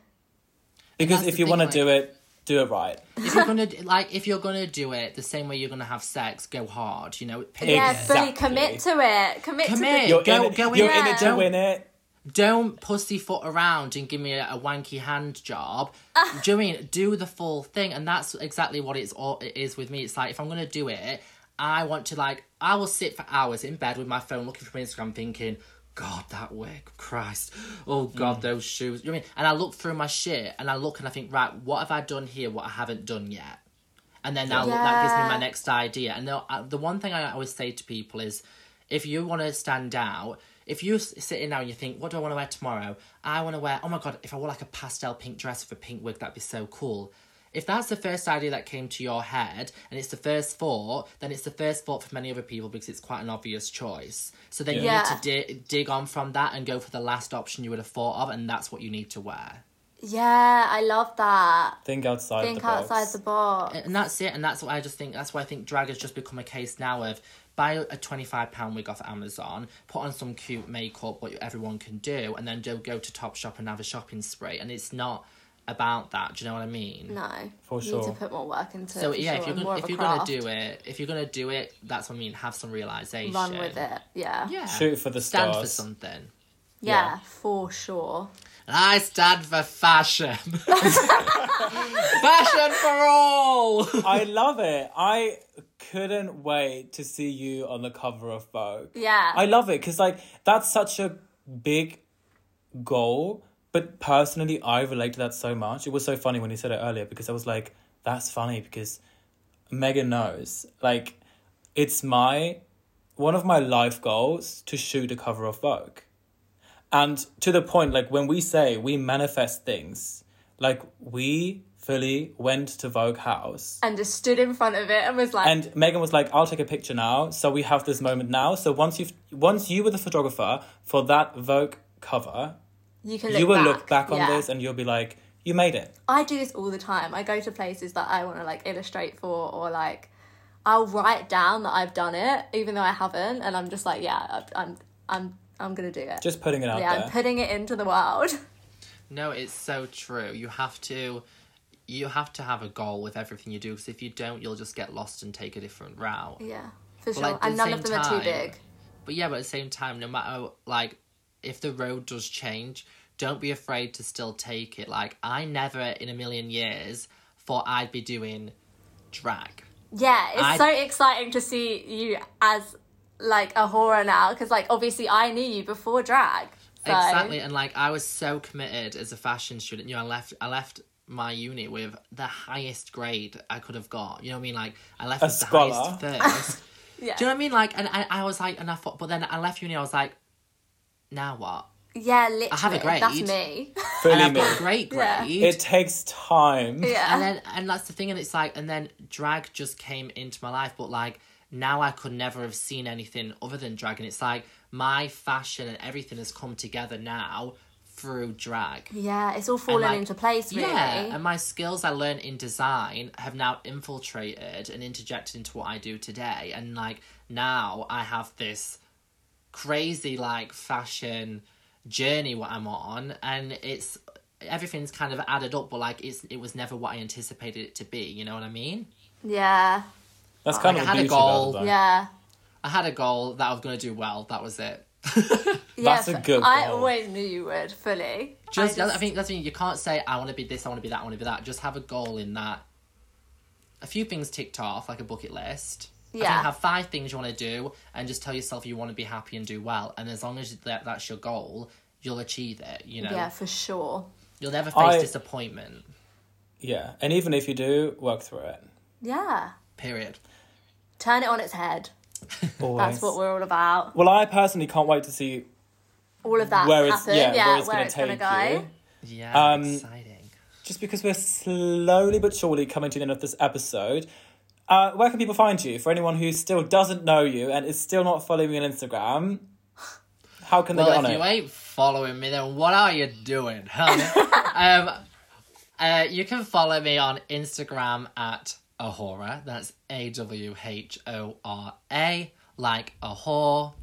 [SPEAKER 1] Because
[SPEAKER 4] That's
[SPEAKER 1] if
[SPEAKER 4] the
[SPEAKER 1] you
[SPEAKER 4] thing,
[SPEAKER 1] want to
[SPEAKER 4] like-
[SPEAKER 1] do it, do it right.
[SPEAKER 4] if you're gonna like if you're gonna do it the same way you're gonna have sex go hard you know pay
[SPEAKER 3] Yeah,
[SPEAKER 1] Exactly.
[SPEAKER 3] fully commit to it. Commit,
[SPEAKER 4] Commit.
[SPEAKER 3] to
[SPEAKER 1] You're
[SPEAKER 4] Go-
[SPEAKER 1] in it,
[SPEAKER 4] go in
[SPEAKER 1] you're
[SPEAKER 4] it.
[SPEAKER 1] in it to
[SPEAKER 4] Don't-
[SPEAKER 1] win it.
[SPEAKER 4] don't pussyfoot around and give me a, a wanky hand job do you know what I mean do the full thing and that's exactly what it's all it is with me it's like if i'm gonna do it i want to like i will sit for hours in bed with my phone looking from instagram thinking god that wig christ oh god those shoes you know what i mean and i look through my shit and i look and i think right what have i done here what i haven't done yet and then now that gives me my
[SPEAKER 3] Yeah.
[SPEAKER 4] next idea. And the, uh, the one thing I always say to people is, if you want to stand out, if you're s- sitting now and you think, what do I want to wear tomorrow? I want to wear, oh my god, if I wore like a pastel pink dress with a pink wig, that'd be so cool. If that's the first idea that came to your head and it's the first thought, then it's the first thought for many other people because it's quite an obvious choice. So then
[SPEAKER 3] Yeah.
[SPEAKER 4] you need to di- dig on from that and go for the last option you would have thought of, and that's what you need to wear.
[SPEAKER 3] it. Yeah, I love that.
[SPEAKER 1] Think outside
[SPEAKER 3] Think
[SPEAKER 1] the box.
[SPEAKER 3] outside the box.
[SPEAKER 4] and that's it and that's what i just think that's why i think drag has just become a case now of buy a 25 pound wig off amazon put on some cute makeup what everyone can do and then don't go to topshop and have a shopping spree and it's not about that do you know what i mean
[SPEAKER 3] No.
[SPEAKER 1] For
[SPEAKER 3] you
[SPEAKER 1] sure.
[SPEAKER 3] Need to put more work into
[SPEAKER 4] so
[SPEAKER 3] it. for
[SPEAKER 4] yeah
[SPEAKER 3] sure,
[SPEAKER 4] if
[SPEAKER 3] and
[SPEAKER 4] you're
[SPEAKER 3] more
[SPEAKER 4] gonna
[SPEAKER 3] of
[SPEAKER 4] if
[SPEAKER 3] a
[SPEAKER 4] you're gonna
[SPEAKER 3] craft.
[SPEAKER 4] do it if you're gonna do it that's what i mean have some realization
[SPEAKER 3] run with it. Yeah.
[SPEAKER 4] yeah
[SPEAKER 1] Shoot for the
[SPEAKER 4] stand for
[SPEAKER 1] stars.
[SPEAKER 4] something
[SPEAKER 3] Yeah, for sure.
[SPEAKER 4] and i stand for fashion [laughs] fashion for all [laughs]
[SPEAKER 1] I love it. I couldn't wait to see you on the cover of Vogue.
[SPEAKER 3] Yeah.
[SPEAKER 1] I love it because like that's such a big goal. But personally, I relate to that so much. It was so funny when you said it earlier because I was like, "That's funny," because Megan knows. Like, it's my one of my life goals to shoot a cover of Vogue, and to the point, like when we say we manifest things, like we fully went to Vogue House
[SPEAKER 3] and just stood in front of it and was like,
[SPEAKER 1] and Megan was like, "I'll take a picture now." So we have this moment now. So once you have once you were the photographer for that Vogue cover,
[SPEAKER 3] "You can look
[SPEAKER 1] you will
[SPEAKER 3] back.
[SPEAKER 1] look back on
[SPEAKER 3] Yeah.
[SPEAKER 1] this and you'll be like, "You made it."
[SPEAKER 3] I do this all the time. I go to places that I want to like illustrate for, or like I'll write down that I've done it, even though I haven't, and I'm just like, yeah, I've- I'm, I'm, I'm gonna do it.
[SPEAKER 1] Just putting it out
[SPEAKER 3] yeah,
[SPEAKER 1] there.
[SPEAKER 3] I'm putting it into the world. [laughs]
[SPEAKER 4] No, it's so true. You have to you have to have a goal with everything you do because if you don't, you'll just get lost and take a different route.
[SPEAKER 3] Yeah, for sure.
[SPEAKER 4] like, at the
[SPEAKER 3] and none of
[SPEAKER 4] same
[SPEAKER 3] them are
[SPEAKER 4] time-
[SPEAKER 3] too big.
[SPEAKER 4] But yeah, but at the same time, no matter like if the road does change, don't be afraid to still take it. Like I never in a million years thought I'd be doing drag.
[SPEAKER 3] Yeah, it's
[SPEAKER 4] I-
[SPEAKER 3] so exciting to see you as like a horror now, because like obviously I knew you before drag. So.
[SPEAKER 4] Exactly, and like I was so committed as a fashion student. You know, I left I left my uni with the highest grade I could have got. You know what I mean? Like I left with
[SPEAKER 1] scholar.
[SPEAKER 4] the highest first.
[SPEAKER 3] [laughs] Yeah.
[SPEAKER 4] Do you know what I mean? Like, and I, I was like, and I thought, but then I left uni, I was like, now what?
[SPEAKER 3] Yeah, literally.
[SPEAKER 4] have a
[SPEAKER 3] That's
[SPEAKER 4] grade.
[SPEAKER 3] me. [laughs]
[SPEAKER 1] Fully
[SPEAKER 4] And I've
[SPEAKER 1] me.
[SPEAKER 4] got a great
[SPEAKER 3] Yeah.
[SPEAKER 4] grade.
[SPEAKER 1] It takes time.
[SPEAKER 3] yeah.
[SPEAKER 4] And then, and that's the thing, and it's like, and then drag just came into my life, but like, now I could never have seen anything other than drag, and it's like, my fashion and everything has come together now through drag.
[SPEAKER 3] yeah, it's all falling
[SPEAKER 4] like-
[SPEAKER 3] into place, really.
[SPEAKER 4] Yeah, um, and my skills I learned in design have now infiltrated and interjected into what I do today. And like now I have this crazy like fashion journey what I'm on and it's everything's kind of added up, but like it's it was never what I anticipated it to be. You know what I mean?
[SPEAKER 3] Yeah.
[SPEAKER 1] That's kind
[SPEAKER 4] Like,
[SPEAKER 1] of
[SPEAKER 4] I
[SPEAKER 1] the
[SPEAKER 4] had a
[SPEAKER 1] beauty about
[SPEAKER 4] goal,
[SPEAKER 1] it, though.
[SPEAKER 3] Yeah.
[SPEAKER 4] I had a goal that I was going to do well. That was it. [laughs]
[SPEAKER 1] That's
[SPEAKER 3] yes,
[SPEAKER 1] a good
[SPEAKER 3] I
[SPEAKER 1] goal.
[SPEAKER 3] always knew you would fully.
[SPEAKER 4] just,
[SPEAKER 3] I
[SPEAKER 4] I think that's the thing. You can't say I want to be this, I want to be that, I want to be that. Just have a goal in that. A few things ticked off, like a bucket list. I
[SPEAKER 3] Yeah.
[SPEAKER 4] think have five things you want to do, and just tell yourself you want to be happy and do well. And as long as that, that's your goal, you'll achieve it. You know,
[SPEAKER 3] yeah, for sure.
[SPEAKER 4] you'll never face
[SPEAKER 1] I-
[SPEAKER 4] disappointment.
[SPEAKER 1] Yeah, and even if you do, work through it.
[SPEAKER 3] Yeah.
[SPEAKER 4] Period.
[SPEAKER 3] Turn it on its head.
[SPEAKER 1] Always.
[SPEAKER 3] That's what we're all about.
[SPEAKER 1] well, I personally can't wait to see
[SPEAKER 3] All of that
[SPEAKER 1] where it's
[SPEAKER 3] happen.
[SPEAKER 1] yeah,
[SPEAKER 3] Yeah,
[SPEAKER 1] where it's
[SPEAKER 3] where
[SPEAKER 1] going
[SPEAKER 3] it's
[SPEAKER 1] to take
[SPEAKER 3] gonna go.
[SPEAKER 1] you.
[SPEAKER 4] Yeah,
[SPEAKER 1] Um,
[SPEAKER 4] exciting.
[SPEAKER 1] Just because we're slowly but surely coming to the end of this episode, uh, where can people find you? For anyone who still doesn't know you and is still not following you on Instagram, how can they
[SPEAKER 4] Well,
[SPEAKER 1] get
[SPEAKER 4] if
[SPEAKER 1] on
[SPEAKER 4] you
[SPEAKER 1] it?
[SPEAKER 4] ain't following me, then what are you doing? Huh? um, uh, you can follow me on Instagram at Ahora. That's A W H O R A, like a whore.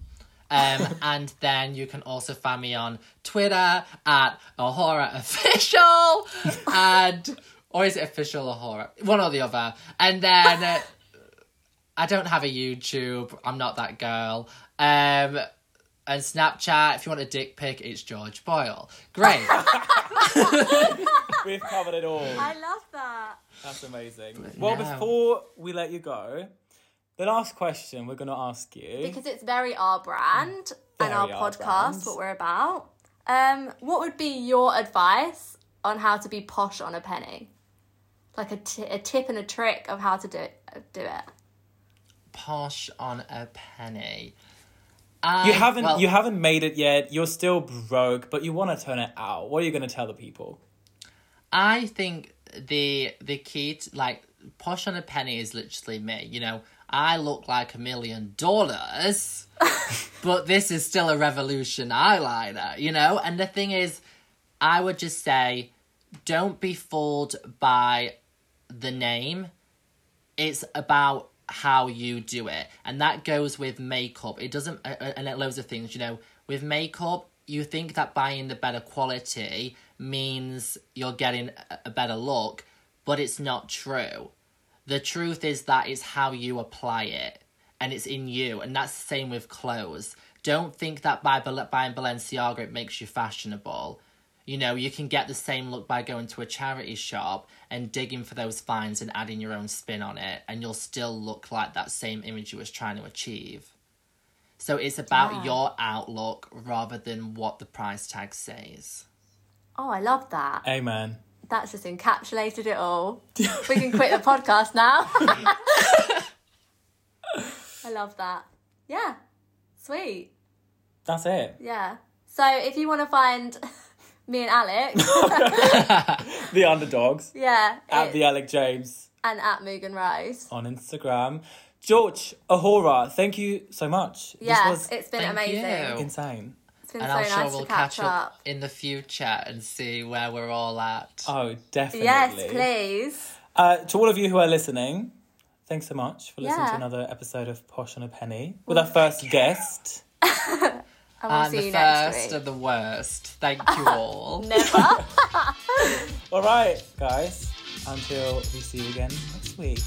[SPEAKER 4] Um,
[SPEAKER 1] [laughs]
[SPEAKER 4] and then you can also find me on Twitter at Ahora Official,
[SPEAKER 1] [laughs]
[SPEAKER 4] and or is it official Ahora? One or the other. And then. Uh, I don't have a YouTube. I'm not that girl. Um, and Snapchat. If you want a dick pic, it's George Boyle. Great.
[SPEAKER 1] We've covered it all.
[SPEAKER 3] I love that.
[SPEAKER 1] That's amazing. Well,
[SPEAKER 4] no.
[SPEAKER 1] before we let you go, the last question we're going to ask you.
[SPEAKER 3] Because it's very our brand and our
[SPEAKER 1] Very our
[SPEAKER 3] podcast,
[SPEAKER 1] brand.
[SPEAKER 3] what we're about. Um, what would be your advice on how to be posh on a penny? Like a, t- a tip and a trick of how to do it. Do it.
[SPEAKER 4] Posh on a penny.
[SPEAKER 1] You
[SPEAKER 4] I-
[SPEAKER 1] haven't
[SPEAKER 4] well,
[SPEAKER 1] you haven't made it yet. You're still broke, but you want to turn it out. What are you going to tell the people?
[SPEAKER 4] I think the the key to like posh on a penny is literally me. You know, I look like a million dollars, but this is still a revolution eyeliner. You know, and the thing is, I would just say, don't be fooled by the name. It's about how you do it, and that goes with makeup. It doesn't, uh, uh, and it loads of things. You know, with makeup, you think that buying the better quality means you're getting a- a better look, but it's not true. The truth is that it's how you apply it, and it's in you, and that's the same with clothes. Don't think that by Bal- buying Balenciaga it makes you fashionable. You know, you can get the same look by going to a charity shop and digging for those finds and adding your own spin on it, and you'll still look like that same image you was trying to achieve. So it's about your outlook rather than what the price tag says.
[SPEAKER 3] Oh, I love that.
[SPEAKER 1] Amen.
[SPEAKER 3] That's just encapsulated it
[SPEAKER 4] [laughs]
[SPEAKER 3] all. we can quit the podcast now. [laughs] I love that. Yeah. Sweet.
[SPEAKER 1] That's it.
[SPEAKER 3] Yeah. So if you want to find [laughs] me and Alex,
[SPEAKER 4] [laughs]
[SPEAKER 1] The underdogs
[SPEAKER 3] yeah,
[SPEAKER 1] at
[SPEAKER 3] it-
[SPEAKER 1] the Alec James
[SPEAKER 3] and at Mugen
[SPEAKER 4] Oh,
[SPEAKER 3] Rose.
[SPEAKER 1] on Instagram. George Ahora, thank you so much. this
[SPEAKER 3] Yeah,
[SPEAKER 1] was
[SPEAKER 3] it's been
[SPEAKER 4] Thank
[SPEAKER 3] amazing.
[SPEAKER 4] you.
[SPEAKER 1] insane.
[SPEAKER 3] It's been
[SPEAKER 4] And
[SPEAKER 3] so
[SPEAKER 4] I'm
[SPEAKER 3] nice
[SPEAKER 4] sure
[SPEAKER 3] to
[SPEAKER 4] we'll
[SPEAKER 3] catch,
[SPEAKER 4] catch
[SPEAKER 3] up.
[SPEAKER 4] up in the future and see where we're all at.
[SPEAKER 1] Oh, definitely.
[SPEAKER 3] Yes, please.
[SPEAKER 1] Uh, to all of you who are listening, thanks so much for listening to
[SPEAKER 3] Yeah.
[SPEAKER 1] another episode of Posh and a Penny with our first guest.
[SPEAKER 3] I
[SPEAKER 4] and
[SPEAKER 3] want to
[SPEAKER 4] the
[SPEAKER 3] see you
[SPEAKER 4] first
[SPEAKER 3] next
[SPEAKER 4] and
[SPEAKER 3] week.
[SPEAKER 4] the worst. Thank
[SPEAKER 3] [laughs]
[SPEAKER 4] you all. [laughs]
[SPEAKER 3] Never.
[SPEAKER 1] All right, guys. Until we see you again next week.